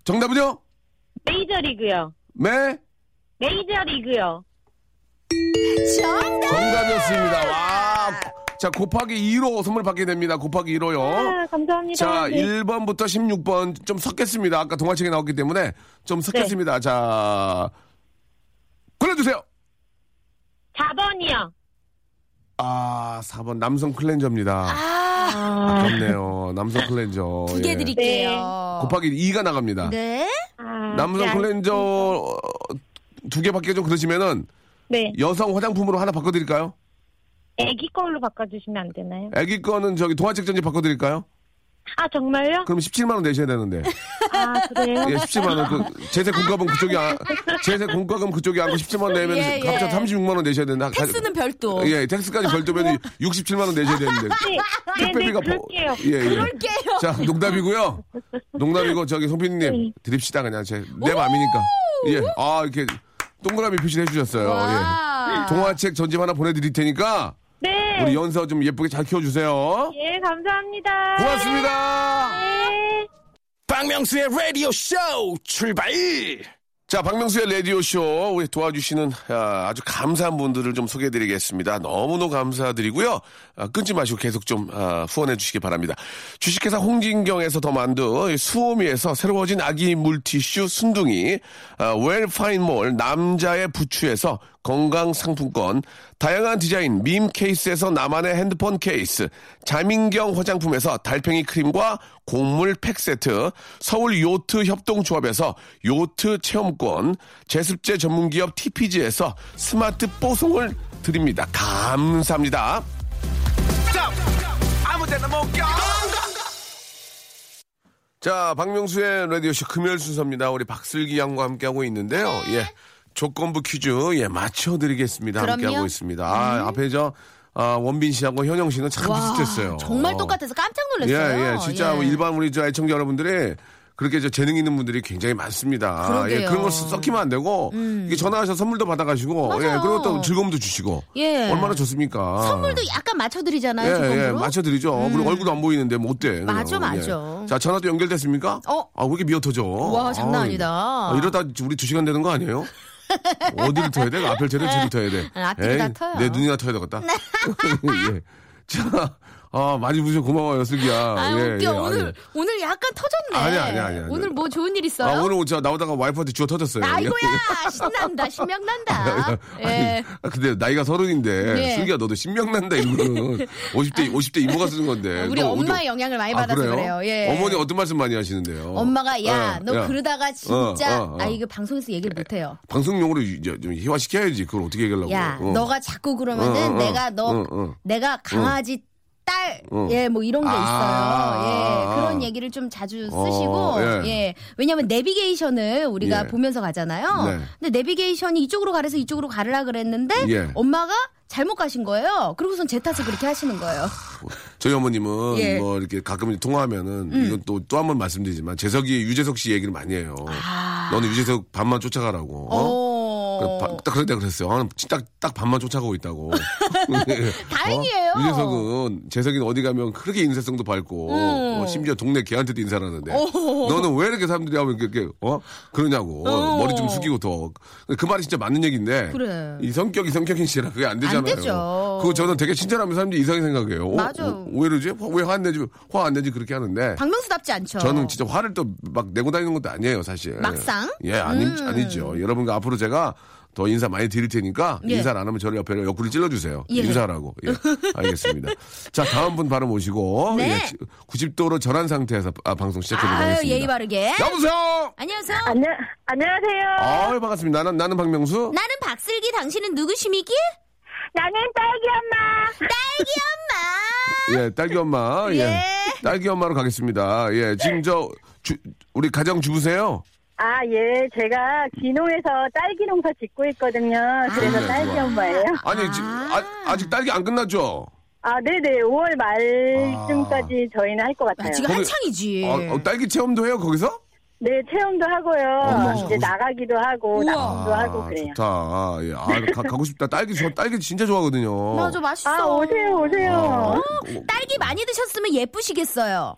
[SPEAKER 1] 정답은요?
[SPEAKER 6] 메이저리그요.
[SPEAKER 1] 네.
[SPEAKER 6] 메이저리그요.
[SPEAKER 4] 정답.
[SPEAKER 1] 정답이었습니다. 와. 자, 곱하기 2로 선물 받게 됩니다. 곱하기 2로요.
[SPEAKER 6] 아, 감사합니다.
[SPEAKER 1] 어? 자,
[SPEAKER 6] 네.
[SPEAKER 1] 1번부터 16번 좀 섞겠습니다. 아까 동화책에 나왔기 때문에 좀 섞겠습니다. 자, 골라주세요.
[SPEAKER 6] 4번이요.
[SPEAKER 1] 아, 4번 남성 클렌저입니다. 아, 깝네요 남성 클렌저.
[SPEAKER 4] 두개
[SPEAKER 1] 예.
[SPEAKER 4] 네. 드릴게요.
[SPEAKER 1] 곱하기 2가 나갑니다.
[SPEAKER 4] 네.
[SPEAKER 6] 네. 아,
[SPEAKER 1] 남성
[SPEAKER 6] 네,
[SPEAKER 1] 클렌저 어, 두 개밖에 좀 그러시면은
[SPEAKER 6] 네.
[SPEAKER 1] 여성 화장품으로 하나 바꿔드릴까요?
[SPEAKER 6] 애기 걸로 바꿔주시면 안 되나요?
[SPEAKER 1] 애기 거는 저기 동화책 전집 바꿔드릴까요?
[SPEAKER 6] 아, 정말요?
[SPEAKER 1] 그럼 17만 원 내셔야 되는데.
[SPEAKER 6] 아, 그래요?
[SPEAKER 1] 예, 17만 원. 그 제세 공과금 그쪽이 안, 제세 공과금 그쪽이 안고 17만 원 내면
[SPEAKER 4] 예, 예.
[SPEAKER 1] 각자 36만 원 내셔야 된다.
[SPEAKER 4] 텍스는 별도.
[SPEAKER 1] 예, 택스까지 별도면 67만 원 내셔야 되는데.
[SPEAKER 6] 아, 뭐. 네, 네, 네,
[SPEAKER 1] 택배비가 보-
[SPEAKER 6] 그럴게요.
[SPEAKER 1] 그 예, 예.
[SPEAKER 4] 볼게요.
[SPEAKER 1] 자, 농담이고요. 농담이고 저기
[SPEAKER 6] 네.
[SPEAKER 1] 송피디님 드립시다 그냥 제 내 마음이니까. 예, 아 이렇게 동그라미 표시를 해주셨어요. 예. 동화책 전집 하나 보내드릴 테니까
[SPEAKER 6] 네.
[SPEAKER 1] 우리 연서 좀 예쁘게 잘 키워주세요.
[SPEAKER 6] 예, 감사합니다.
[SPEAKER 1] 고맙습니다.
[SPEAKER 6] 네.
[SPEAKER 3] 박명수의 라디오 쇼 출발!
[SPEAKER 1] 자, 박명수의 라디오쇼, 우리 도와주시는 아, 아주 감사한 분들을 좀 소개해드리겠습니다. 너무너무 감사드리고요. 아, 끊지 마시고 계속 좀 아, 후원해주시기 바랍니다. 주식회사 홍진경에서 더 만두, 이 수오미에서 새로워진 아기 물티슈 순둥이, 아, 웰파인몰 남자의 부추에서 건강 상품권, 다양한 디자인 밈 케이스에서 나만의 핸드폰 케이스, 자민경 화장품에서 달팽이 크림과 곡물 팩 세트, 서울 요트 협동조합에서 요트 체험권, 제습제 전문기업 TPG에서 스마트 뽀송을 드립니다. 감사합니다. 자, 박명수의 라디오쇼 금요일 순서입니다. 우리 박슬기 양과 함께하고 있는데요. 예. 조건부 퀴즈, 예, 맞춰드리겠습니다. 함께하고
[SPEAKER 4] 네. 그럼요. 네.
[SPEAKER 1] 있습니다. 아, 앞에 저, 아, 원빈 씨하고 현영 씨는 참 비슷했어요.
[SPEAKER 4] 네. 정말 똑같아서 깜짝 놀랐어요.
[SPEAKER 1] 예, 예. 진짜 뭐 일반 우리 저 애청자 여러분들이 그렇게 저 재능 있는 분들이 굉장히 많습니다.
[SPEAKER 4] 그러게요. 음.
[SPEAKER 1] 예, 그런 걸 섞이면 안 되고 이게 전화하셔서 선물도 받아가시고
[SPEAKER 4] 맞아요.
[SPEAKER 1] 예, 그리고 또 즐거움도 주시고
[SPEAKER 4] 예.
[SPEAKER 1] 얼마나 좋습니까?
[SPEAKER 4] 선물도 약간 맞춰드리잖아요.
[SPEAKER 1] 어. 예, 예,
[SPEAKER 4] 조건으로. 음.
[SPEAKER 1] 맞춰드리죠. 그리고 얼굴도 안 보이는데 뭐 어때? 그냥.
[SPEAKER 4] 맞아,
[SPEAKER 1] 예.
[SPEAKER 4] 맞아.
[SPEAKER 1] 자, 전화도 연결됐습니까?
[SPEAKER 4] 어?
[SPEAKER 1] 아, 왜 이렇게 미어터져?
[SPEAKER 4] 와, 장난 아니다.
[SPEAKER 1] 아, 이러다 우리 두 시간 되는 거 아니에요? 어디를 터야 돼? 앞을 터야 돼? 뒤를 터야 돼?
[SPEAKER 4] 아, 앞뒤로
[SPEAKER 1] 에이,
[SPEAKER 4] 다 터요. 네.
[SPEAKER 1] 내 눈이나 터야 되겠다. 예. 자, 아, 많이 부셔 고마워요, 슬기야.
[SPEAKER 4] 아,
[SPEAKER 1] 예,
[SPEAKER 4] 웃겨.
[SPEAKER 1] 예,
[SPEAKER 4] 오늘,
[SPEAKER 1] 아니.
[SPEAKER 4] 오늘 약간 터졌네.
[SPEAKER 1] 아니야, 아니야, 아니야, 아니야.
[SPEAKER 4] 오늘 뭐 좋은 일 있어요?
[SPEAKER 1] 아, 오늘 저 나오다가 와이프한테 주워 터졌어요.
[SPEAKER 4] 아이고야! 신난다, 신명난다. 예.
[SPEAKER 1] 아, 근데 나이가 서른인데
[SPEAKER 4] 예.
[SPEAKER 1] 슬기야 너도 신명난다 이거는 50대 50대 이모가 쓰는 건데
[SPEAKER 4] 아, 우리
[SPEAKER 1] 예, 너 어디-
[SPEAKER 4] 엄마의 영향을 많이 받아서 그래요. 예.
[SPEAKER 1] 어머니 어떤 말씀 많이 하시는데요?
[SPEAKER 4] 엄마가, 야,
[SPEAKER 1] 예,
[SPEAKER 4] 너
[SPEAKER 1] 예.
[SPEAKER 4] 그러다가 진짜,
[SPEAKER 1] 어, 어, 어.
[SPEAKER 4] 아, 이거 방송에서 얘기를 못해요.
[SPEAKER 1] 방송용으로 이제 좀 희화시켜야지 그걸 어떻게 얘기하려고?
[SPEAKER 4] 야,
[SPEAKER 1] 그래. 어.
[SPEAKER 4] 너가 자꾸 그러면은
[SPEAKER 1] 어, 어,
[SPEAKER 4] 내가 너,
[SPEAKER 1] 어, 어.
[SPEAKER 4] 내가 강아지 딸,
[SPEAKER 1] 어.
[SPEAKER 4] 예, 뭐 이런 게
[SPEAKER 1] 아,
[SPEAKER 4] 있어요.
[SPEAKER 1] 아,
[SPEAKER 4] 예, 그런
[SPEAKER 1] 아.
[SPEAKER 4] 얘기를 좀 자주
[SPEAKER 1] 어,
[SPEAKER 4] 쓰시고,
[SPEAKER 1] 예.
[SPEAKER 4] 예. 왜냐면 내비게이션을 우리가
[SPEAKER 1] 예.
[SPEAKER 4] 보면서 가잖아요.
[SPEAKER 1] 네.
[SPEAKER 4] 근데 내비게이션이 이쪽으로 가래서 이쪽으로 가라 그랬는데,
[SPEAKER 1] 예.
[SPEAKER 4] 엄마가 잘못 가신 거예요. 그리고선 제 탓을 그렇게 하시는 거예요.
[SPEAKER 1] 저희 어머님은
[SPEAKER 4] 예. 음.
[SPEAKER 1] 뭐 이렇게 가끔 이제 통화하면은 이건 또 또 한 번 말씀드리지만 재석이 유재석 씨 얘기를 많이 해요.
[SPEAKER 4] 아.
[SPEAKER 1] 너는 유재석 반만 쫓아가라고. 어?
[SPEAKER 4] 어.
[SPEAKER 1] 바- 딱 그럴 때 그랬어요. 아, 진짜 딱, 딱 반만 쫓아가고 있다고.
[SPEAKER 4] 다행이에요.
[SPEAKER 1] 어? 유재석은 재석이는 어디 가면 그렇게 인사성도 밝고
[SPEAKER 4] 음.
[SPEAKER 1] 어, 심지어 동네 개한테도 인사를 하는데 너는 왜 이렇게 사람들이 하면 이렇게 어 그러냐고
[SPEAKER 4] 어.
[SPEAKER 1] 머리 좀 숙이고 더 그 말이 진짜 맞는 얘기인데
[SPEAKER 4] 그래.
[SPEAKER 1] 이 성격이 성격인 씨라 그게 안 되잖아요.
[SPEAKER 4] 되죠.
[SPEAKER 1] 그거 저는 되게 친절하면 사람들이 이상하게 생각해요. 어,
[SPEAKER 4] 맞아.
[SPEAKER 1] 어, 왜 이러지? 화- 왜 화안내지? 화 안 내지 그렇게 하는데
[SPEAKER 4] 박명수답지 않죠?
[SPEAKER 1] 저는 진짜 화를 또 막 내고 다니는 것도 아니에요, 사실.
[SPEAKER 4] 어. 막상? 음.
[SPEAKER 1] 예, 아니, 아니죠. 여러분과 앞으로 제가 더 인사 많이 드릴 테니까
[SPEAKER 4] 예.
[SPEAKER 1] 인사를 안 하면 저를 옆에 옆구리 찔러주세요.
[SPEAKER 4] 예.
[SPEAKER 1] 인사라고. 예, 알겠습니다. 자, 다음 분 바로 모시고
[SPEAKER 4] 네.
[SPEAKER 1] 예, 90도로 전환 상태에서 아, 방송 시작해보겠습니다.
[SPEAKER 4] 아유, 예의 바르게.
[SPEAKER 1] 여보세요.
[SPEAKER 4] 안녕하세요.
[SPEAKER 6] 안녕, 안녕하세요.
[SPEAKER 1] 아. 아유, 반갑습니다. 나는 나는 박명수.
[SPEAKER 4] 나는 박슬기, 당신은 누구십니까?
[SPEAKER 6] 나는 딸기 엄마.
[SPEAKER 1] 예, 딸기 엄마. 예.
[SPEAKER 4] 예.
[SPEAKER 1] 딸기 엄마로 가겠습니다. 예, 지금 저, 주- 우리 가정 주부세요?
[SPEAKER 6] 아, 예. 제가 귀농에서 딸기 농사 짓고 있거든요. 그래서
[SPEAKER 1] 좋네,
[SPEAKER 6] 딸기
[SPEAKER 1] 좋아.
[SPEAKER 6] 엄마예요.
[SPEAKER 1] 아니, 지금 아, 직 딸기 안 끝났죠?
[SPEAKER 6] 아, 네네. 5월
[SPEAKER 1] 아.
[SPEAKER 6] 말쯤까지 저희는 할 것
[SPEAKER 4] 아,
[SPEAKER 6] 같아요.
[SPEAKER 4] 지금
[SPEAKER 1] 네. 거기-
[SPEAKER 4] 한창이지.
[SPEAKER 1] 어, 어, 딸기 체험도 해요, 거기서?
[SPEAKER 6] 네, 체험도 하고요.
[SPEAKER 1] 어머.
[SPEAKER 6] 이제 나가기도 하고,
[SPEAKER 4] 우와.
[SPEAKER 6] 납품도 하고 어, 그래요.
[SPEAKER 1] 아, 좋다. 아, 예. 아, 가, 가고 싶다. 딸기, 저 딸기 진짜 좋아하거든요.
[SPEAKER 4] 맞아, 맛있어.
[SPEAKER 6] 아, 오세요, 오세요.
[SPEAKER 1] 어,
[SPEAKER 4] 딸기 많이 드셨으면 예쁘시겠어요.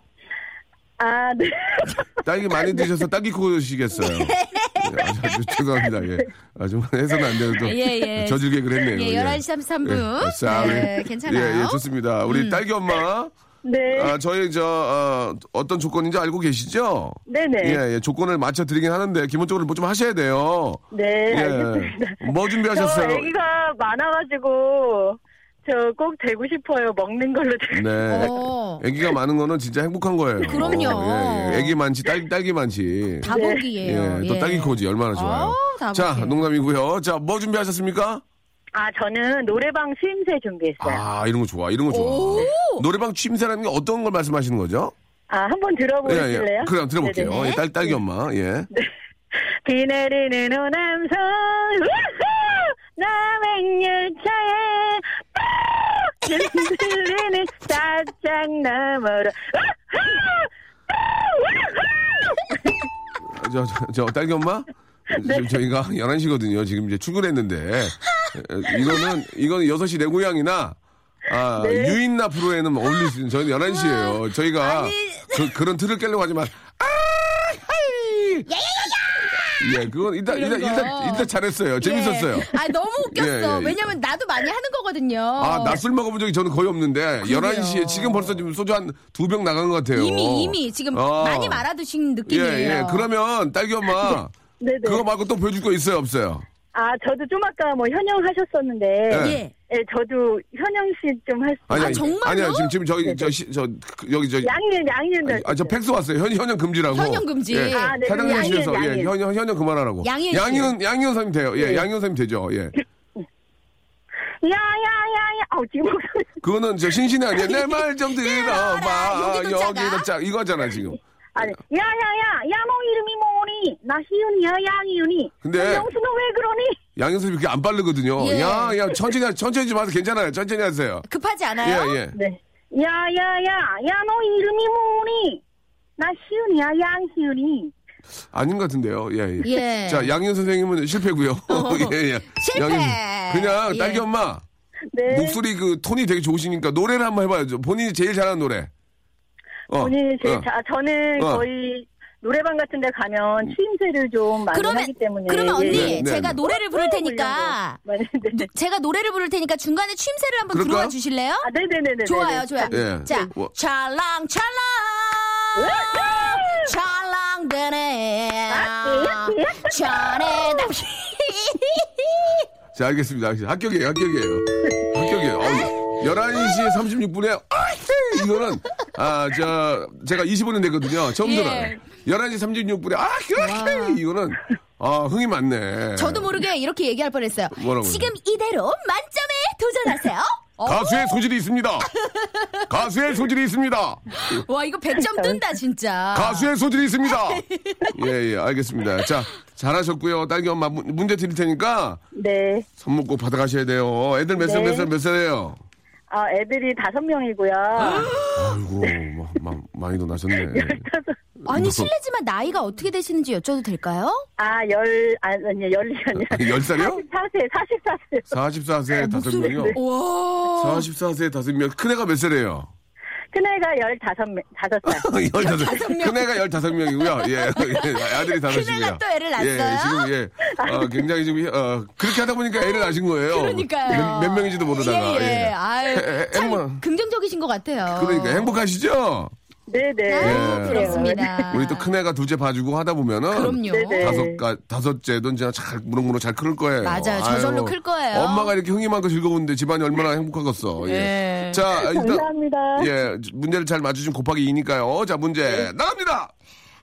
[SPEAKER 6] 아, 네.
[SPEAKER 1] 딸기 많이 드셔서 딸기 크시겠어요. 예, 아, 저- 죄송합니다. 예. 아, 좀 해서는 안 되는 또
[SPEAKER 4] 예, 예.
[SPEAKER 1] 저질 개그를 했네요.
[SPEAKER 4] 예, 11시 33분.
[SPEAKER 1] 예, sorry.
[SPEAKER 4] 네, 괜찮아요.
[SPEAKER 1] 예, 예, 좋습니다. 우리
[SPEAKER 6] 음.
[SPEAKER 1] 딸기 엄마.
[SPEAKER 6] 네.
[SPEAKER 1] 아, 저희 저 어, 떤 조건인지 알고 계시죠?
[SPEAKER 6] 네네.
[SPEAKER 1] 예, 예, 조건을 맞춰 드리긴 하는데 기본적으로 뭐 좀 하셔야 돼요.
[SPEAKER 6] 네,
[SPEAKER 1] 예.
[SPEAKER 6] 알겠습니다.
[SPEAKER 1] 뭐
[SPEAKER 6] 저
[SPEAKER 1] 준비하셨어요?
[SPEAKER 6] 애기가 많아가지고, 저 꼭 되고 싶어요. 먹는 걸로. 되고.
[SPEAKER 1] 네.
[SPEAKER 4] 어, 네,
[SPEAKER 1] 애기가 많은 거는 진짜 행복한 거예요.
[SPEAKER 4] 그럼요.
[SPEAKER 1] 예, 예. 애기 많지, 딸기, 딸기 많지.
[SPEAKER 6] 네.
[SPEAKER 4] 다복이에요.
[SPEAKER 1] 예, 또 딸기 코지 얼마나 좋아요.
[SPEAKER 4] 어우, 다복이에요.
[SPEAKER 1] 자, 농담이고요. 자, 뭐 준비하셨습니까?
[SPEAKER 6] 아, 저는 노래방 수임새 준비했어요.
[SPEAKER 1] 아, 이런 거 좋아, 이런 거 좋아. 노래방 취임새라는 게 어떤 걸 말씀하시는 거죠? 예,
[SPEAKER 6] 아, 한번 들어보실래요?
[SPEAKER 1] 그럼 들어볼게요.
[SPEAKER 6] 네네네.
[SPEAKER 1] 예, 딸, 딸기 엄마, 예.
[SPEAKER 6] 비 내리는 호남선 우후! 남행열차에 빠! 흔들리는 사장 너머로
[SPEAKER 1] 저, 저, 저 딸기 엄마?
[SPEAKER 4] 네.
[SPEAKER 1] 지금 저희가 11시거든요. 지금 이제 출근했는데. 에, 이거는, 이거는 6시 내 고향이나, 아,
[SPEAKER 4] 네.
[SPEAKER 1] 유인나 프로에는 어울릴 수 있는, 저희는 11시예요 저희가 그, 런 틀을 깨려고 하지만, 아, 하이! 예, 그건 일단, 일단,
[SPEAKER 4] 이런 거.
[SPEAKER 1] 일단, 일단 잘했어요. 재밌었어요.
[SPEAKER 4] 예. 아, 너무 웃겼어.
[SPEAKER 1] 예, 예, 예.
[SPEAKER 4] 왜냐면 나도 많이 하는 거거든요.
[SPEAKER 1] 아, 낮술 먹어본 적이 저는 거의 없는데,
[SPEAKER 4] 그러게요.
[SPEAKER 1] 11시에 지금 벌써 지금 소주 한 두 병 나간 것 같아요.
[SPEAKER 4] 이미, 이미 지금
[SPEAKER 1] 아.
[SPEAKER 4] 많이 말아드신
[SPEAKER 1] 예,
[SPEAKER 4] 느낌이에요.
[SPEAKER 1] 예. 그러면 딸기 엄마,
[SPEAKER 6] 네네
[SPEAKER 1] 그거 말고 또 보여줄 거 있어요, 없어요?
[SPEAKER 6] 아 저도 좀 아까 뭐 현영 하셨었는데
[SPEAKER 1] 예.
[SPEAKER 4] 예.
[SPEAKER 6] 예, 저도 현영 씨 좀 할 수
[SPEAKER 1] 아니,
[SPEAKER 4] 아,
[SPEAKER 1] 아니,
[SPEAKER 4] 정말요?
[SPEAKER 1] 아니야 지금 지금 저기 저, 시, 저 그, 여기 저
[SPEAKER 6] 양년 양년
[SPEAKER 1] 아, 저 팩스 왔어요. 현, 현영 금지라고.
[SPEAKER 4] 현영 금지.
[SPEAKER 1] 예.
[SPEAKER 4] 아,
[SPEAKER 6] 네, 그럼
[SPEAKER 1] 사장님 실에서
[SPEAKER 6] 양현,
[SPEAKER 1] 예,
[SPEAKER 6] 양현.
[SPEAKER 1] 현영, 현영 그만하라고.
[SPEAKER 4] 양현 씨.
[SPEAKER 1] 양현, 양현 선생님 돼요. 예, 양현 선생님 되죠. 예.
[SPEAKER 6] 야야야야 아우 지금 뭐 목소리
[SPEAKER 1] 그거는 저 신신이 아니야. 내 말 좀 들어봐.
[SPEAKER 4] 여기도 작아.
[SPEAKER 1] 여기도 짝. 이거잖아, 지금.
[SPEAKER 6] 아니 야야야 야너 이름이 뭐니 나 희윤이야 양희윤이
[SPEAKER 1] 근데-
[SPEAKER 6] 너 영수 너왜 그러니
[SPEAKER 1] 양현 선생님 그게 안 빠르거든요.
[SPEAKER 4] 예.
[SPEAKER 1] 야, 야, 천천히, 하- 천천히 좀 하세요. 괜찮아요. 천천히 하세요.
[SPEAKER 4] 급하지
[SPEAKER 1] 예,
[SPEAKER 4] 않아요?
[SPEAKER 1] 예.
[SPEAKER 6] 네 야야야 야너 이름이 뭐니 나 희윤이야 양희윤이
[SPEAKER 1] 아닌 것 같은데요. 예, 예.
[SPEAKER 4] 예.
[SPEAKER 1] 자, 양현 선생님은 실패고요. 예, 예.
[SPEAKER 4] 실패.
[SPEAKER 1] 양현- 그냥 딸기
[SPEAKER 4] 예.
[SPEAKER 1] 엄마.
[SPEAKER 6] 네.
[SPEAKER 1] 목소리 그 톤이 되게 좋으시니까 노래를 한번 해봐야죠. 본인이 제일 잘하는 노래. 어,
[SPEAKER 6] 본인이 제일
[SPEAKER 1] 어.
[SPEAKER 6] 자, 저는
[SPEAKER 1] 어.
[SPEAKER 6] 거의 노래방 같은 데 가면 취임새를 좀 많이
[SPEAKER 4] 그러면,
[SPEAKER 6] 하기 때문에 예, 어,
[SPEAKER 4] 그러면 언니,
[SPEAKER 1] 네, 네,
[SPEAKER 4] 제가
[SPEAKER 1] 네.
[SPEAKER 4] 노래를 부를 테니까,
[SPEAKER 6] 네, 네.
[SPEAKER 4] 제가 노래를 부를 테니까 중간에 취임새를 한번
[SPEAKER 1] 그럴까요?
[SPEAKER 4] 들어와 주실래요?
[SPEAKER 6] 아, 네네네네.
[SPEAKER 4] 좋아요, 좋아요.
[SPEAKER 1] 예.
[SPEAKER 4] 자,
[SPEAKER 1] 뭐.
[SPEAKER 4] 찰랑찰랑. 찰랑대네.
[SPEAKER 6] 아.
[SPEAKER 4] 아. 전에 당신.
[SPEAKER 1] 자, 알겠습니다. 합격이에요, 합격이에요. 합격이에요. 어우, 11시 36분에, 아이, 이거는, 아, 저, 제가 20원은 냈거든요. 처음
[SPEAKER 4] 예.
[SPEAKER 1] 들어요. 11시 36분에, 아, 이 이거는, 아, 흥이 많네.
[SPEAKER 4] 저도 뭐- 모르게 이렇게 얘기할 뻔했어요.
[SPEAKER 1] 뭐라고요?
[SPEAKER 4] 지금 이대로 만점에 도전하세요. 어,
[SPEAKER 1] 가수의 소질이 있습니다. 가수의 소질이 있습니다.
[SPEAKER 4] 와 이거 100점 뜬다 진짜.
[SPEAKER 1] 그 가수의 소질이 있습니다.
[SPEAKER 4] 아.
[SPEAKER 1] 예, 예, 알겠습니다. 자, 잘하셨고요. 딸기 엄마 문- 문제 드릴 테니까
[SPEAKER 6] 네.
[SPEAKER 1] 선물 꼭 받아가셔야 돼요. 애들 몇 살,
[SPEAKER 6] 네.
[SPEAKER 1] 몇 살, 몇 살이에요?
[SPEAKER 6] 아, 애들이 다섯 명이고요.
[SPEAKER 4] 아.
[SPEAKER 1] 아이고, 뭐, 마, 마, 많이도 네. 나셨네.
[SPEAKER 4] 아니 실례지만 나이가 어떻게 되시는지 여쭤도 될까요?
[SPEAKER 6] 아, 열, 아, 아니, 열이 아니라.
[SPEAKER 1] 열 살이요?
[SPEAKER 6] 44세, 44세.
[SPEAKER 4] 아,
[SPEAKER 1] 44세 다섯 명이요?
[SPEAKER 4] 네. 와.
[SPEAKER 1] 44세 다섯 명. 큰애가 몇 살이에요?
[SPEAKER 6] 큰애가 15, 다섯 살
[SPEAKER 4] 네.
[SPEAKER 1] 열다섯. 큰애가 열다섯 명이고요. 예, 예, 아들이 다섯이고요.
[SPEAKER 4] 큰애가 또 애를
[SPEAKER 1] 예,
[SPEAKER 4] 낳았어요?
[SPEAKER 1] 지금 예, 어, 굉장히 지금 어, 그렇게 하다 보니까 애를 낳으신 거예요.
[SPEAKER 4] 그러니까요.
[SPEAKER 1] 몇, 몇 명인지도 모르다가.
[SPEAKER 4] 예, 예. 아유,
[SPEAKER 1] 해- 해-
[SPEAKER 4] 참
[SPEAKER 1] 행복-
[SPEAKER 4] 긍정적이신 것 같아요.
[SPEAKER 1] 그러니까 행복하시죠?
[SPEAKER 6] 네네.
[SPEAKER 4] 아유,
[SPEAKER 1] 예.
[SPEAKER 4] 그렇습니다.
[SPEAKER 1] 우리 또 큰애가 둘째 봐주고 하다 보면은
[SPEAKER 4] 아. 그럼요.
[SPEAKER 6] 네네.
[SPEAKER 1] 다섯 가 다섯째도 이제 잘 무럭무럭 잘 클 거예요.
[SPEAKER 4] 맞아요. 저절로 클 거예요. 네.
[SPEAKER 1] 엄마가 이렇게 흥이 많고 즐거운데 집안이 얼마나 행복하겠어. 예.
[SPEAKER 4] 예.
[SPEAKER 1] 자 일단
[SPEAKER 6] 감사합니다.
[SPEAKER 1] 예 문제를
[SPEAKER 6] 네.
[SPEAKER 1] 잘 맞추신 곱하기 2니까요. 자 문제 나갑니다.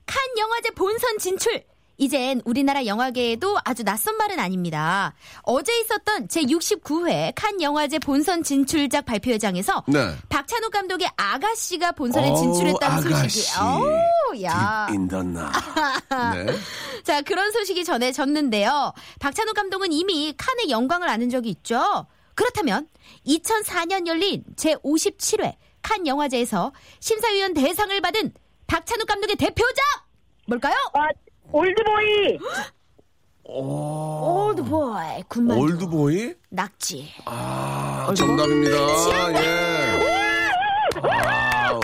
[SPEAKER 4] 칸 영화제 본선 진출 이젠 우리나라 영화계에도 아주 낯선 말은 아닙니다. 어제 있었던 제69회 칸 영화제 본선 진출작 발표회장에서
[SPEAKER 1] 네.
[SPEAKER 4] 박찬욱 감독의 아가씨가 본선에 진출했다는 소식이. 어우, 야.
[SPEAKER 1] 인더나. 네.
[SPEAKER 4] 자, 그런 소식이 전해졌는데요. 박찬욱 감독은 이미 칸의 영광을 아는 적이 있죠. 그렇다면 2004년 열린 제57회 칸 영화제에서 심사위원 대상을 받은 박찬욱 감독의 대표작 뭘까요?
[SPEAKER 6] 아, 올드보이!
[SPEAKER 4] 올드보이 군만두
[SPEAKER 1] 올드보이?
[SPEAKER 4] 낙지
[SPEAKER 1] 아, 정답입니다. 예. 아,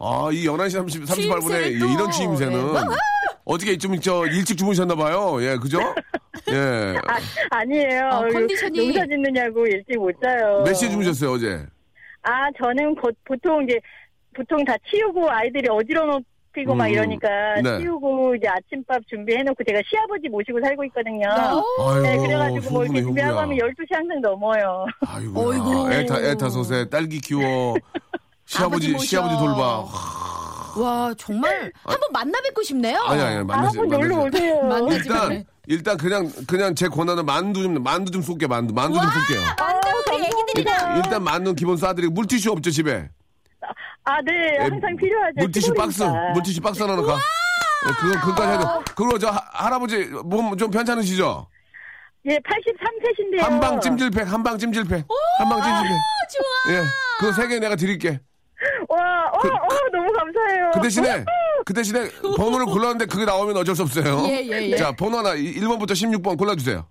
[SPEAKER 1] 아, 이 11시 30, 38분에
[SPEAKER 4] 취임새를 또.
[SPEAKER 1] 이런 취임새는
[SPEAKER 4] 네.
[SPEAKER 6] 뭐?
[SPEAKER 1] 어떻게 좀 저 일찍 주무셨나봐요. 예, 그죠? 예.
[SPEAKER 6] 아, 아니에요.
[SPEAKER 4] 아, 컨디션이-
[SPEAKER 6] 농사 짓느냐고 일찍 못 자요.
[SPEAKER 1] 몇 시에 주무셨어요, 어제?
[SPEAKER 6] 아, 저는 거- 보통 이제, 보통 다 치우고 아이들이 어지러워지고 막
[SPEAKER 1] 음,
[SPEAKER 6] 이러니까
[SPEAKER 1] 네.
[SPEAKER 6] 치우고 이제 아침밥 준비해놓고 제가 시아버지 모시고 살고 있거든요.
[SPEAKER 1] 아유,
[SPEAKER 6] 네, 그래가지고 뭐 이렇게
[SPEAKER 1] 효부네,
[SPEAKER 6] 준비하고
[SPEAKER 1] 효부야.
[SPEAKER 6] 하면 12시 항상 넘어요.
[SPEAKER 1] 아이고.
[SPEAKER 4] 어이구.
[SPEAKER 1] 애타, 애타 소세, 딸기 키워.
[SPEAKER 4] 아버지
[SPEAKER 1] 시아버지,
[SPEAKER 4] 모셔.
[SPEAKER 1] 시아버지 돌봐.
[SPEAKER 4] 와 정말 아. 한번 만나 뵙고 싶네요
[SPEAKER 1] 아니, 아니,
[SPEAKER 6] 아,
[SPEAKER 1] 만나세요.
[SPEAKER 6] 한번 놀러
[SPEAKER 1] 만나세요.
[SPEAKER 6] 오세요. 네,
[SPEAKER 4] 만나-
[SPEAKER 1] 일단, 일단 그냥, 그냥 제 권한은 만두 좀, 만두 좀 쏠게, 만두. 만두 좀 쏠게요.
[SPEAKER 7] 아,
[SPEAKER 4] 만나 우리 애기들이랑
[SPEAKER 1] 일단 만두 기본 싸드리고 물티슈 없죠, 집에?
[SPEAKER 6] 아, 네, 항상
[SPEAKER 1] 에,
[SPEAKER 6] 필요하죠.
[SPEAKER 4] 네,
[SPEAKER 1] 물티슈 박스,
[SPEAKER 4] 그러니까.
[SPEAKER 6] 시골이니까.
[SPEAKER 1] 물티슈 박스 하나 넣어. 예, 그거 그까지 하죠. 그리고 저 하- 할아버지 몸 좀 괜찮으시죠?
[SPEAKER 6] 예, 83세신데요.
[SPEAKER 1] 한방 찜질팩, 한방 찜질팩, 한방 찜질팩.
[SPEAKER 4] 네. 좋아
[SPEAKER 1] 예, 그거 세 개 내가 드릴게.
[SPEAKER 6] 와, 어, 어, 너무 감사해요.
[SPEAKER 1] 그 대신에 그 대신에 번호를 골랐는데 그게 나오면 어쩔 수 없어요.
[SPEAKER 4] 예, 예, 예.
[SPEAKER 1] 자, 번호 하나 1번부터 16번 골라주세요.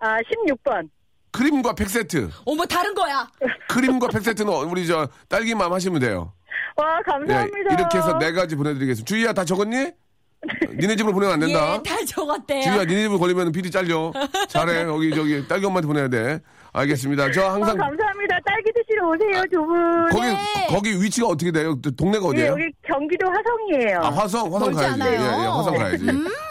[SPEAKER 6] 아, 16번.
[SPEAKER 1] 크림과 팩 세트.
[SPEAKER 4] 어머 다른 거야
[SPEAKER 1] 크림과 팩 세트는 우리 저 딸기맘 하시면 돼요.
[SPEAKER 6] 와,
[SPEAKER 1] 예,
[SPEAKER 6] 감사합니다.
[SPEAKER 1] 이렇게 해서 네 가지 보내드리겠습니다. 주희야 다 적었니? 니네 집으로 보내면 안 된다.
[SPEAKER 4] 예다 적었대요
[SPEAKER 1] 주희야, 니네 집에 걸리면 PD 잘려. 잘해. 여기, 저기, 딸기 엄마한테 보내야 돼. 알겠습니다. 저
[SPEAKER 6] 어,
[SPEAKER 1] 항상.
[SPEAKER 6] 감사합니다. 딸기 드시러 오세요, 두 분.
[SPEAKER 1] 거기, 거기 위치가 어떻게 돼요? 또 동네가
[SPEAKER 6] 예,
[SPEAKER 1] 어디예요?
[SPEAKER 6] 여기 경기도 화성이에요.
[SPEAKER 1] 아, 화성, 화성
[SPEAKER 4] 멀지
[SPEAKER 1] 가야지.
[SPEAKER 4] 않아요.
[SPEAKER 1] 예, 예, 화성 가야지.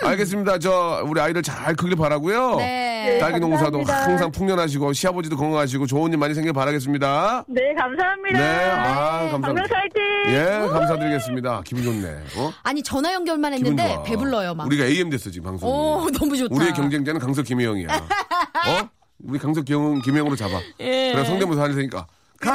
[SPEAKER 1] 알겠습니다. 저, 우리 아이들 잘 크길 바라고요
[SPEAKER 4] 네
[SPEAKER 1] 딸기 농사도
[SPEAKER 6] 감사합니다.
[SPEAKER 1] 항상 풍년하시고, 시아버지도 건강하시고, 좋은 일 많이 생길 바라겠습니다.
[SPEAKER 6] 네, 감사합니다.
[SPEAKER 1] 네, 아,
[SPEAKER 6] 방명수
[SPEAKER 1] 감사합니다.
[SPEAKER 6] 화이팅!
[SPEAKER 1] 예, 감사드리겠습니다. 기분 좋네. 어?
[SPEAKER 4] 아니 전화 연결만
[SPEAKER 1] 기분
[SPEAKER 4] 했는데
[SPEAKER 1] 좋아.
[SPEAKER 4] 배불러요 막
[SPEAKER 1] 우리가 AM 됐어, 지금 방송.
[SPEAKER 4] 오, 너무 좋다.
[SPEAKER 1] 우리의 경쟁자는 강석 김혜영이야. 어? 우리 강석 김- 김혜영으로 잡아.
[SPEAKER 4] 예.
[SPEAKER 1] 그래 성대모사 할 테니까. 가!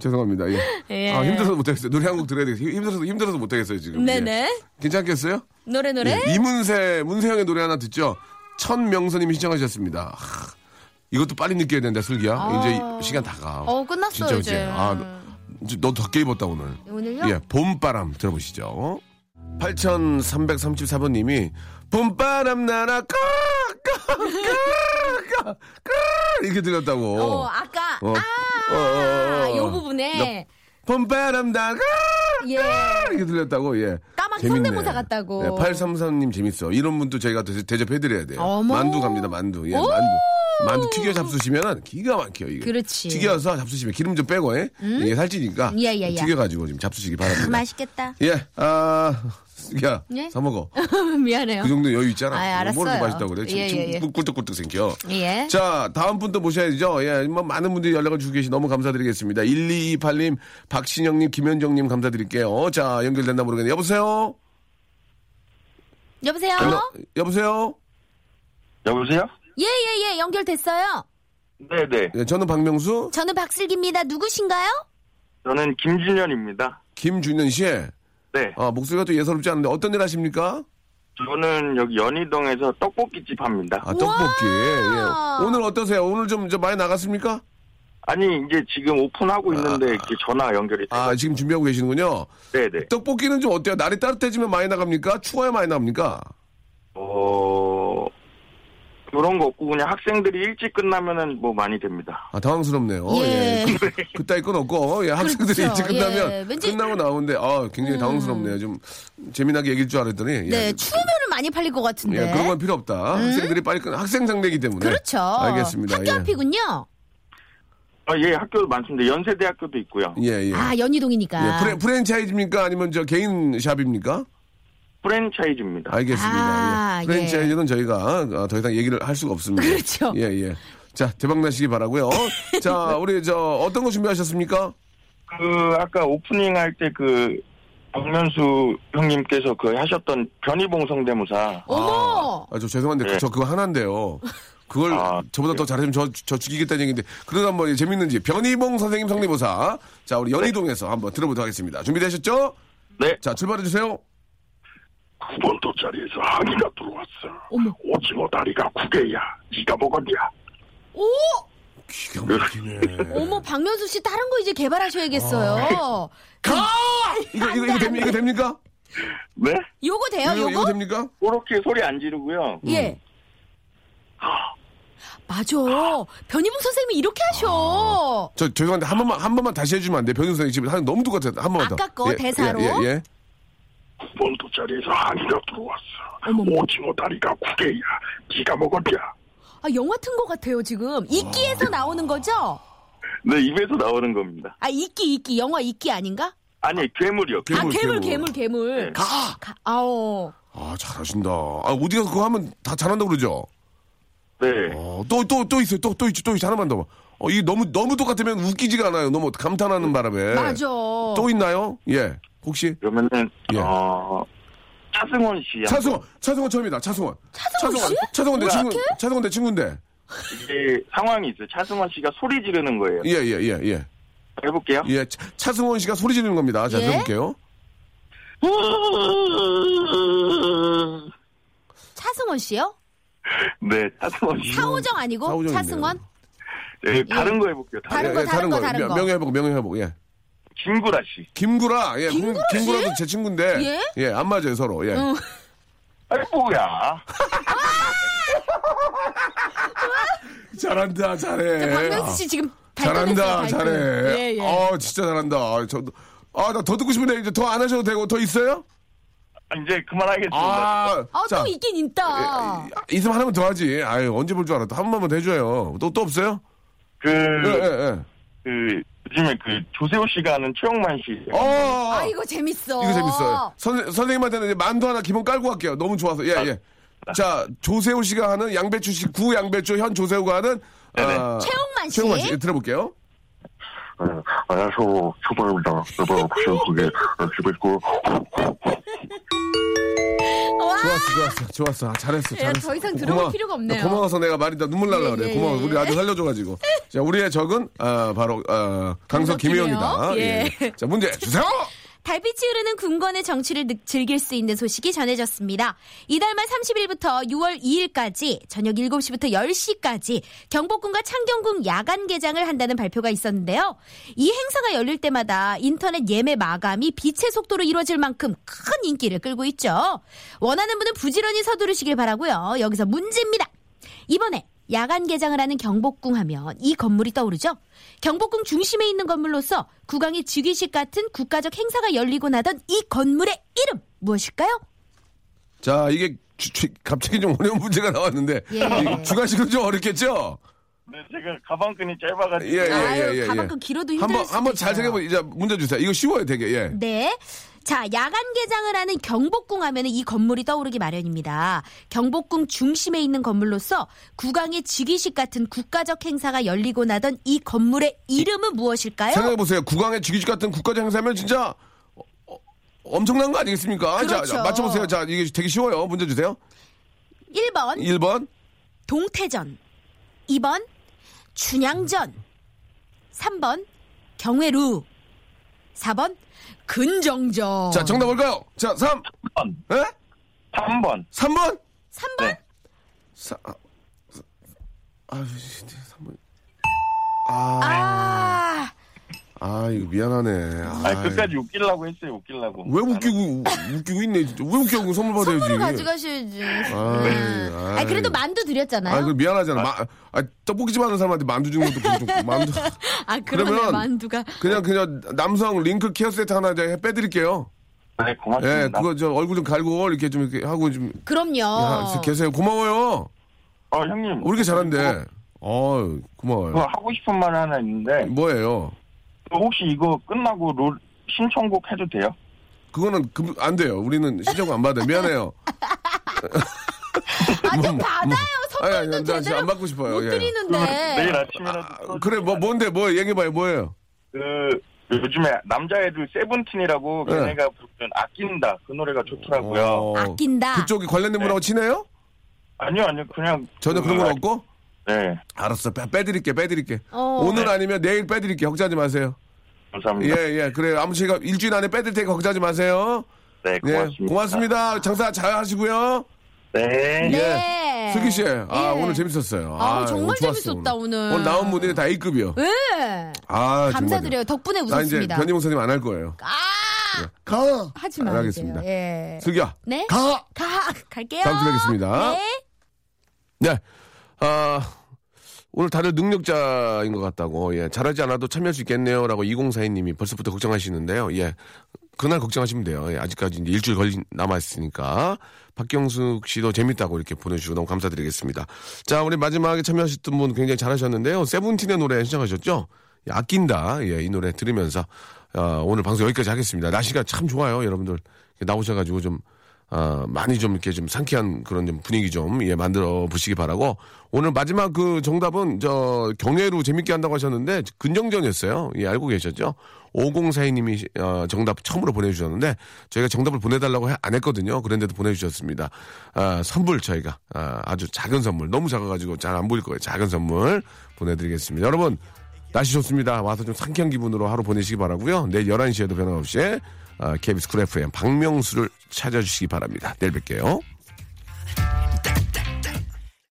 [SPEAKER 1] 죄송합니다. 예.
[SPEAKER 4] 예.
[SPEAKER 1] 아, 힘들어서 못하겠어요. 노래 한 곡 들어야 되겠어요. 힘들어서, 힘들어서 못하겠어요, 지금.
[SPEAKER 4] 네네
[SPEAKER 1] 예. 괜찮겠어요?
[SPEAKER 4] 노래 노래
[SPEAKER 1] 예. 이문세, 문세영의 노래 하나 듣죠? 천명선님이 시청하셨습니다. 하, 이것도 빨리 느껴야 된다, 슬기야.
[SPEAKER 4] 아.
[SPEAKER 1] 이제 시간 다 가.
[SPEAKER 4] 어, 끝났어요,
[SPEAKER 1] 진짜 이제.
[SPEAKER 4] 이제. 네,
[SPEAKER 1] 아, 너, 너 덥게 입었다, 오늘.
[SPEAKER 4] 오늘요
[SPEAKER 1] 예, 봄바람 들어보시죠. 8334번님이 봄바람 나라 까까까까 이렇게 들렸다고.
[SPEAKER 4] 어 아까
[SPEAKER 1] 어. 어, 어,
[SPEAKER 4] 아
[SPEAKER 1] 어.
[SPEAKER 4] 요 부분에
[SPEAKER 1] 봄바람 나라
[SPEAKER 4] 예
[SPEAKER 1] 이렇게 들렸다고. 예.
[SPEAKER 4] 까마귀
[SPEAKER 1] 재밌네.
[SPEAKER 4] 성대모사 같다고.
[SPEAKER 1] 예, 8334님 재밌어. 이런 분도 저희가 대- 대접해드려야 돼요.
[SPEAKER 4] 어머.
[SPEAKER 1] 만두 갑니다. 만두. 예,
[SPEAKER 4] 오.
[SPEAKER 1] 만두. 만두 튀겨 잡수시면 기가 막혀요. 이게.
[SPEAKER 4] 그렇지.
[SPEAKER 1] 튀겨서 잡수시면 기름 좀 빼고 예? 이게 살찌니까
[SPEAKER 4] 예, 예, 예.
[SPEAKER 1] 튀겨가지고 좀 잡수시기 바랍니다.
[SPEAKER 4] 맛있겠다
[SPEAKER 1] 예, 아, 야,
[SPEAKER 4] 예?
[SPEAKER 1] 사 먹어.
[SPEAKER 4] 미안해요
[SPEAKER 1] 그 정도 여유 있잖아.
[SPEAKER 4] 아, 알았어요.
[SPEAKER 1] 뭘 이렇게 맛있다고 그래? 지금,
[SPEAKER 4] 예, 예, 예.
[SPEAKER 1] 지금 꿀떡꿀떡 생겨.
[SPEAKER 4] 예.
[SPEAKER 1] 자, 다음 분 또 모셔야죠. 예, 뭐 많은 분들이 연락을 주고 계시 너무 감사드리겠습니다. 1228님, 박신영님, 김현정님 감사드릴게요. 자, 연결됐나 모르겠네. 여보세요?
[SPEAKER 4] 어? 여보세요
[SPEAKER 1] 여보세요?
[SPEAKER 2] 여보세요?
[SPEAKER 4] 예예예 연결됐어요
[SPEAKER 2] 네네.
[SPEAKER 1] 예, 저는 박명수,
[SPEAKER 4] 저는 박슬기입니다 누구신가요
[SPEAKER 2] 저는 김진현입니다.
[SPEAKER 1] 김준현 씨.
[SPEAKER 2] 네.
[SPEAKER 1] 아, 목소리가 또 예사롭지 않은데 어떤 일 하십니까?
[SPEAKER 2] 저는 여기 연희동에서 떡볶이집 합니다.
[SPEAKER 1] 아, 떡볶이.
[SPEAKER 4] 우와.
[SPEAKER 1] 예. 오늘 어떠세요? 오늘 좀, 좀 많이 나갔습니까?
[SPEAKER 2] 아니 이제 지금 오픈하고 있는데 이렇게 전화 연결이
[SPEAKER 1] 아, 지금 준비하고 계시는군요.
[SPEAKER 2] 네네.
[SPEAKER 1] 떡볶이는 좀 어때요? 날이 따뜻해지면 많이 나갑니까? 추워야 많이 나갑니까?
[SPEAKER 2] 어 그런 거 없고 그냥 학생들이 일찍 끝나면은 뭐 많이 됩니다.
[SPEAKER 1] 아, 당황스럽네요.
[SPEAKER 4] 예.
[SPEAKER 1] 그- 그따위 건 없고, 예, 학생들이
[SPEAKER 4] 그렇죠.
[SPEAKER 1] 일찍 끝나면,
[SPEAKER 4] 예, 왠지- 음.
[SPEAKER 1] 끝나고 나오는데, 아, 굉장히 당황스럽네요. 좀, 재미나게 얘기할 줄 알았더니. 예.
[SPEAKER 4] 네 추우면은 많이 팔릴 것 같은데 음?
[SPEAKER 1] 예, 그런 건 필요 없다. 학생들이 빨리 끝, 학생 상대기 때문에.
[SPEAKER 4] 그렇죠
[SPEAKER 1] 알겠습니다.
[SPEAKER 4] 학교
[SPEAKER 1] 예.
[SPEAKER 4] 앞이군요
[SPEAKER 2] 아, 예, 학교도 많습니다. 연세대학교도 있고요.
[SPEAKER 1] 예, 예.
[SPEAKER 4] 아 연희동이니까
[SPEAKER 1] 예, 프랜, 프랜차이즈입니까? 아니면 저 개인 샵입니까?
[SPEAKER 2] 프랜차이즈입니다.
[SPEAKER 1] 알겠습니다.
[SPEAKER 4] 아,
[SPEAKER 1] 예. 프랜차이즈는 저희가 아, 더 이상 얘기를 할 수가 없습니다.
[SPEAKER 4] 그렇죠.
[SPEAKER 1] 예, 예. 자, 대박 나시기 바라고요. 자, 우리 저 어떤 거 준비하셨습니까?
[SPEAKER 2] 그 아까 오프닝 할 때 그 박명수 형님께서 그 하셨던 변희봉 성대모사
[SPEAKER 4] 어머!
[SPEAKER 1] 아, 저 죄송한데 그-
[SPEAKER 2] 네.
[SPEAKER 1] 저 그거 하나인데요. 그걸
[SPEAKER 2] 아,
[SPEAKER 1] 저보다 더 잘하시면 저, 저 죽이겠다는 얘기인데 그래도 한번 재밌는지 변희봉 선생님 성대모사 자 우리 연희동에서 한번 들어보도록 하겠습니다. 준비되셨죠?
[SPEAKER 2] 네.
[SPEAKER 1] 자 출발해 주세요.
[SPEAKER 2] 9번 도자리에서 항이가 들어왔어. 오징어 다리가 9개야. 네가 먹었냐?
[SPEAKER 1] 아.
[SPEAKER 4] 오!
[SPEAKER 1] 기가 막히네.
[SPEAKER 2] 음.
[SPEAKER 1] 음.
[SPEAKER 4] 어머, 박명수 씨 다른 거 이제 개발하셔야겠어요.
[SPEAKER 1] 아. 이거 이거 이거 됩니까? 이거 됩니까?
[SPEAKER 2] 네?
[SPEAKER 4] 요거 돼요,
[SPEAKER 1] 이거, 이거
[SPEAKER 4] 어, 요거?
[SPEAKER 1] 됩니까?
[SPEAKER 2] 그렇게 소리 안 지르고요.
[SPEAKER 4] 예.
[SPEAKER 1] 음.
[SPEAKER 4] 맞아. 변희봉 선생님이 이렇게 하셔.
[SPEAKER 1] 저 죄송한데 한 번만 한 번만 다시 해주면 안 돼. 변희봉 선생님 지금 하는 너무 똑같아요. 한 번만 더.
[SPEAKER 4] 아까 거 대사로? 아,
[SPEAKER 1] 예, 예, 예.
[SPEAKER 2] 9번 도자리에서 항이가 들어왔어. 오징어 다리가 9개야. 네가 먹었냐?
[SPEAKER 4] 아, 영 같은 거 같아요, 지금. 이끼에서 나오는 거죠?
[SPEAKER 2] 네, 입에서 나오는 겁니다.
[SPEAKER 4] 아, 이끼, 이끼. 영화 이끼 아닌가?
[SPEAKER 2] 아니, 괴물이요. 괴물.
[SPEAKER 4] 아, 괴물, 괴물, 괴물.
[SPEAKER 1] 가.
[SPEAKER 4] 가- 아오. 어.
[SPEAKER 1] 아 잘하신다. 아 어디 가서 그거 하면 다 잘한다 고 그러죠.
[SPEAKER 2] 네.
[SPEAKER 1] 어, 또, 또, 또 있어요. 또, 또 있죠. 또 있죠. 하나만 더. 봐. 어, 이 너무, 너무 똑같으면 웃기지가 않아요. 너무 감탄하는 바람에.
[SPEAKER 4] 네. 맞아.
[SPEAKER 1] 또 있나요? 예. 혹시?
[SPEAKER 2] 그러면은
[SPEAKER 1] 예.
[SPEAKER 2] 어 차승원 씨
[SPEAKER 1] 차승원. 차승원 처음이다. 차승원.
[SPEAKER 4] 차승원 씨?
[SPEAKER 1] 차승원 내
[SPEAKER 2] 뭐야?
[SPEAKER 1] 친구. 차승원 내 친구인데.
[SPEAKER 2] 이게 상황이 있어요. 차승원 씨가 소리 지르는 거예요.
[SPEAKER 1] 예, 예, 예, 예.
[SPEAKER 2] 해볼게요.
[SPEAKER 1] 예. 차- 차승원 씨가 소리 지르는 겁니다. 자,
[SPEAKER 4] 예?
[SPEAKER 1] 들어볼게요.
[SPEAKER 4] 차승원 씨요?
[SPEAKER 2] 네, 차승원 씨.
[SPEAKER 4] 차호정 아니고
[SPEAKER 1] 음. 차호정이네요.
[SPEAKER 4] 차승원?
[SPEAKER 2] 네,
[SPEAKER 1] 아,
[SPEAKER 2] 다른 거 해볼게요.
[SPEAKER 4] 다른
[SPEAKER 2] 다른
[SPEAKER 4] 거,
[SPEAKER 1] 예,
[SPEAKER 4] 다른 거, 다른
[SPEAKER 1] 명-
[SPEAKER 4] 거.
[SPEAKER 1] 명예회복, 명예회복. 예.
[SPEAKER 2] 김구라 씨.
[SPEAKER 1] 김구라. 예. 김-
[SPEAKER 4] 김구라 씨?
[SPEAKER 1] 김구라도 제 친구인데.
[SPEAKER 4] 예?
[SPEAKER 1] 안 맞아요. 서로. 예.
[SPEAKER 2] 아이 뭐야?
[SPEAKER 1] 잘한다. 잘해.
[SPEAKER 4] 자, 박명수 씨 지금 발끈했어요,
[SPEAKER 1] 예. 잘한다,
[SPEAKER 4] 발끈.
[SPEAKER 1] 잘해.
[SPEAKER 4] 예, 예.
[SPEAKER 1] 아, 진짜 잘한다. 아, 저도. 아, 나 더 듣고 싶은데 이제 더 안 하셔도 되고 더 있어요?
[SPEAKER 2] 아, 이제 그만하겠습니다.
[SPEAKER 1] 아,
[SPEAKER 4] 아, 또 있긴 있다.
[SPEAKER 1] 아, 있으면 하나만 더 하지. 아유, 언제 볼 줄 알았다. 한 번만 더 해줘요. 또, 또 없어요?
[SPEAKER 2] 그,
[SPEAKER 1] 예, 예,
[SPEAKER 2] 그, 요즘에 그 조세호 씨가 하는 최영만 씨.
[SPEAKER 1] 예. 어, 어,
[SPEAKER 4] 아,
[SPEAKER 1] 어.
[SPEAKER 4] 이거 재밌어.
[SPEAKER 1] 이거 재밌어요. 선, 선생님한테는 이제 만두 하나 기본 깔고 갈게요. 너무 좋아서. 예, 예. 자, 조세호 씨가 하는 양배추 씨, 구 양배추, 현 조세호가 하는,
[SPEAKER 2] 네네.
[SPEAKER 1] 아,
[SPEAKER 4] 최홍만 씨.
[SPEAKER 1] 최홍만 씨. 예, 들어볼게요.
[SPEAKER 2] 어, 안녕하세요. 초반입니다. 여보, 지금 그게 집에 있고.
[SPEAKER 1] 좋았어, 좋았어, 좋았어. 아, 잘했어,
[SPEAKER 4] 예,
[SPEAKER 1] 잘했어.
[SPEAKER 4] 더 이상 들어볼 필요가 없네요.
[SPEAKER 1] 고마워서 내가 말이 다 눈물 날라
[SPEAKER 4] 예,
[SPEAKER 1] 그래.
[SPEAKER 4] 예,
[SPEAKER 1] 고마워.
[SPEAKER 4] 예,
[SPEAKER 1] 우리
[SPEAKER 4] 예.
[SPEAKER 1] 아들 살려줘가지고. 자, 우리의 적은 아, 바로 아, 강석
[SPEAKER 4] 강석 김혜영.
[SPEAKER 1] 김혜영이다.
[SPEAKER 4] 예.
[SPEAKER 1] 자, 문제 주세요.
[SPEAKER 4] 달빛이 흐르는 군건의 정취를 느- 즐길 수 있는 소식이 전해졌습니다. 이달 말 30일부터 6월 2일까지 저녁 7시부터 10시까지 경복궁과 창경궁 야간 개장을 한다는 발표가 있었는데요. 이 행사가 열릴 때마다 인터넷 예매 마감이 빛의 속도로 이루어질 만큼 큰 인기를 끌고 있죠. 원하는 분은 부지런히 서두르시길 바라고요. 여기서 문제입니다. 이번에 야간 개장을 하는 경복궁 하면 이 건물이 떠오르죠. 경복궁 중심에 있는 건물로서 국왕의 즉위식 같은 국가적 행사가 열리고 나던 이 건물의 이름 무엇일까요?
[SPEAKER 1] 자, 이게 주- 주- 갑자기 좀 어려운 문제가 나왔는데
[SPEAKER 4] 예.
[SPEAKER 1] 이 주관식은 좀 어렵겠죠?
[SPEAKER 2] 네, 제가 가방끈이 짧아가지고.
[SPEAKER 1] 예, 예,
[SPEAKER 4] 아유,
[SPEAKER 1] 예, 예.
[SPEAKER 4] 가방끈 길어도 힘들
[SPEAKER 1] 한번
[SPEAKER 4] 수도
[SPEAKER 1] 한번 잘
[SPEAKER 4] 있어요.
[SPEAKER 1] 생각해 보자. 문제 주세요. 이거 쉬워요, 되게. 예.
[SPEAKER 4] 네. 자, 야간 개장을 하는 경복궁 하면은 이 건물이 떠오르기 마련입니다. 경복궁 중심에 있는 건물로서 국왕의 즉위식 같은 국가적 행사가 열리고 나던 이 건물의 이름은 무엇일까요?
[SPEAKER 1] 생각해 보세요. 국왕의 죽이식 같은 국가적 행사면 진짜 어, 어, 엄청난 거 아니겠습니까? 자,
[SPEAKER 4] 그렇죠.
[SPEAKER 1] 자, 맞춰 보세요. 자, 이게 되게 쉬워요. 문제 주세요.
[SPEAKER 4] 1번
[SPEAKER 1] 1번.
[SPEAKER 4] 동태전 2번 춘향전 3번 경회루 4번 근정전
[SPEAKER 1] 자, 정답 뭘까요? 자, 3.
[SPEAKER 2] 3번.
[SPEAKER 1] 예?
[SPEAKER 2] 3번.
[SPEAKER 1] 3번?
[SPEAKER 4] 3번
[SPEAKER 2] 네.
[SPEAKER 1] 사, 아, 사- 아유, 진짜 한번. 아,
[SPEAKER 4] 아
[SPEAKER 1] 아, 이거 미안하네. 아,
[SPEAKER 2] 아, 끝까지 웃기려고 했어요, 웃기려고.
[SPEAKER 1] 왜 웃기고, 웃기고 있네. 진짜. 왜 웃기고 선물 받아야지.
[SPEAKER 4] 선물을 가져가셔야지
[SPEAKER 1] 아이,
[SPEAKER 4] 아
[SPEAKER 1] 아이.
[SPEAKER 4] 그래도 만두 드렸잖아요
[SPEAKER 1] 아, 그 미안하잖아. 마, 아, 떡볶이 집 하는 사람한테 만두 주는 것도 그거 좀 만두.
[SPEAKER 4] 아, 그러네,
[SPEAKER 1] 그러면
[SPEAKER 4] 만두가
[SPEAKER 1] 그냥 그냥 남성 링크 케어 세트 하나 이제 빼드릴게요.
[SPEAKER 2] 네,
[SPEAKER 1] 예,
[SPEAKER 2] 고맙습니다.
[SPEAKER 1] 그거 저 얼굴 좀 갈고 이렇게 좀 이렇게 하고 좀
[SPEAKER 4] 그럼요 어.
[SPEAKER 1] 야, 계세요. 고마워요.
[SPEAKER 2] 어, 형님.
[SPEAKER 1] 우리 이렇게 잘한대. 어,
[SPEAKER 2] 그거
[SPEAKER 1] 고마워요.
[SPEAKER 2] 하고 싶은 말 하나 있는데,
[SPEAKER 1] 뭐예요?
[SPEAKER 2] 혹시 이거 끝나고 롤, 신청곡 해도 돼요?
[SPEAKER 1] 그거는 금- 안 돼요. 우리는 시청 안 받아요. 미안해요.
[SPEAKER 4] 아좀 받아요
[SPEAKER 1] 뭐, 아니, 아니,
[SPEAKER 4] 선물도
[SPEAKER 1] 나 진짜
[SPEAKER 4] 어, 제대로
[SPEAKER 1] 안 받고 싶어요.
[SPEAKER 4] 못
[SPEAKER 1] 예.
[SPEAKER 4] 드리는데
[SPEAKER 2] 내일 아침이라도.
[SPEAKER 1] 아, 그래 뭐 뭔데 뭐 얘기해 봐요. 뭐예요?
[SPEAKER 2] 그 요즘에 남자애들 세븐틴이라고
[SPEAKER 1] 네.
[SPEAKER 2] 걔네가 부르는 아낀다 그 노래가 좋더라고요.
[SPEAKER 1] 어,
[SPEAKER 4] 아낀다.
[SPEAKER 1] 그쪽이 관련된 분하고 친해요?
[SPEAKER 2] 아니요 아니요 그냥
[SPEAKER 1] 전혀 그런 건
[SPEAKER 2] 음,
[SPEAKER 1] 없고?
[SPEAKER 2] 네
[SPEAKER 1] 알았어. 빼, 빼드릴게, 빼드릴게.
[SPEAKER 4] 어.
[SPEAKER 1] 오늘 아니면 내일 빼드릴게. 걱정하지 마세요. 예,
[SPEAKER 2] 감사합니다.
[SPEAKER 1] 예. 그래요. 아무 제가 일주일 안에 빼드릴 테니까 걱정하지 마세요.
[SPEAKER 2] 네 고맙습니다.
[SPEAKER 1] 예. 고맙습니다. 장사 잘 하시고요.
[SPEAKER 2] 네.
[SPEAKER 4] 네.
[SPEAKER 1] 예. 슬기 씨, 아,
[SPEAKER 4] 예.
[SPEAKER 1] 오늘 재밌었어요.
[SPEAKER 8] 아,
[SPEAKER 1] 오늘
[SPEAKER 8] 정말
[SPEAKER 1] 좋았어,
[SPEAKER 8] 재밌었다, 오늘.
[SPEAKER 1] 오늘 나온 분들이 다 A급이요.
[SPEAKER 8] 예.
[SPEAKER 4] 네.
[SPEAKER 1] 아, 정말.
[SPEAKER 8] 감사드려요. 덕분에
[SPEAKER 1] 나 이제
[SPEAKER 8] 웃었습니다.
[SPEAKER 1] 변희봉 아, 선생님 안 할 거예요.
[SPEAKER 8] 아!
[SPEAKER 1] 가!
[SPEAKER 8] 하지 마.
[SPEAKER 1] 안 하겠습니다.
[SPEAKER 8] 예.
[SPEAKER 1] 슬기야.
[SPEAKER 4] 네.
[SPEAKER 1] 가!
[SPEAKER 4] 가 갈게요.
[SPEAKER 1] 다음 주에 뵙겠습니다.
[SPEAKER 4] 네.
[SPEAKER 1] 네. 아, 오늘 다들 능력자인 것 같다고, 예. 잘하지 않아도 참여할 수 있겠네요. 라고 2042님이 벌써부터 걱정하시는데요. 예. 그날 걱정하시면 돼요. 예, 아직까지 이제 일주일 걸리, 남아있으니까. 박경숙 씨도 재밌다고 이렇게 보내주시고 너무 감사드리겠습니다. 자, 우리 마지막에 참여하셨던 분 굉장히 잘하셨는데요. 세븐틴의 노래 신청하셨죠? 예, 아낀다. 예, 이 노래 들으면서, 아, 오늘 방송 여기까지 하겠습니다. 날씨가 참 좋아요. 여러분들 나오셔가지고 좀 아, 많이 좀 이렇게 좀 상쾌한 그런 좀 분위기 좀, 예, 만들어 보시기 바라고. 오늘 마지막 그 정답은, 저, 경례로 재밌게 한다고 하셨는데, 근정전이었어요. 예, 알고 계셨죠? 5042님이 어, 정답 처음으로 보내주셨는데, 저희가 정답을 보내달라고 해- 안 했거든요. 그런데도 보내주셨습니다. 아, 선물 저희가, 아, 주 작은 선물, 너무 작아가지고 잘 안 보일 거예요. 작은 선물 보내드리겠습니다. 여러분, 날씨 좋습니다. 와서 좀 상쾌한 기분으로 하루 보내시기 바라고요. 내일 11시에도 변함없이 아, KBS 쿨 FM 박명수를 찾아주시기 바랍니다. 내일 뵐게요.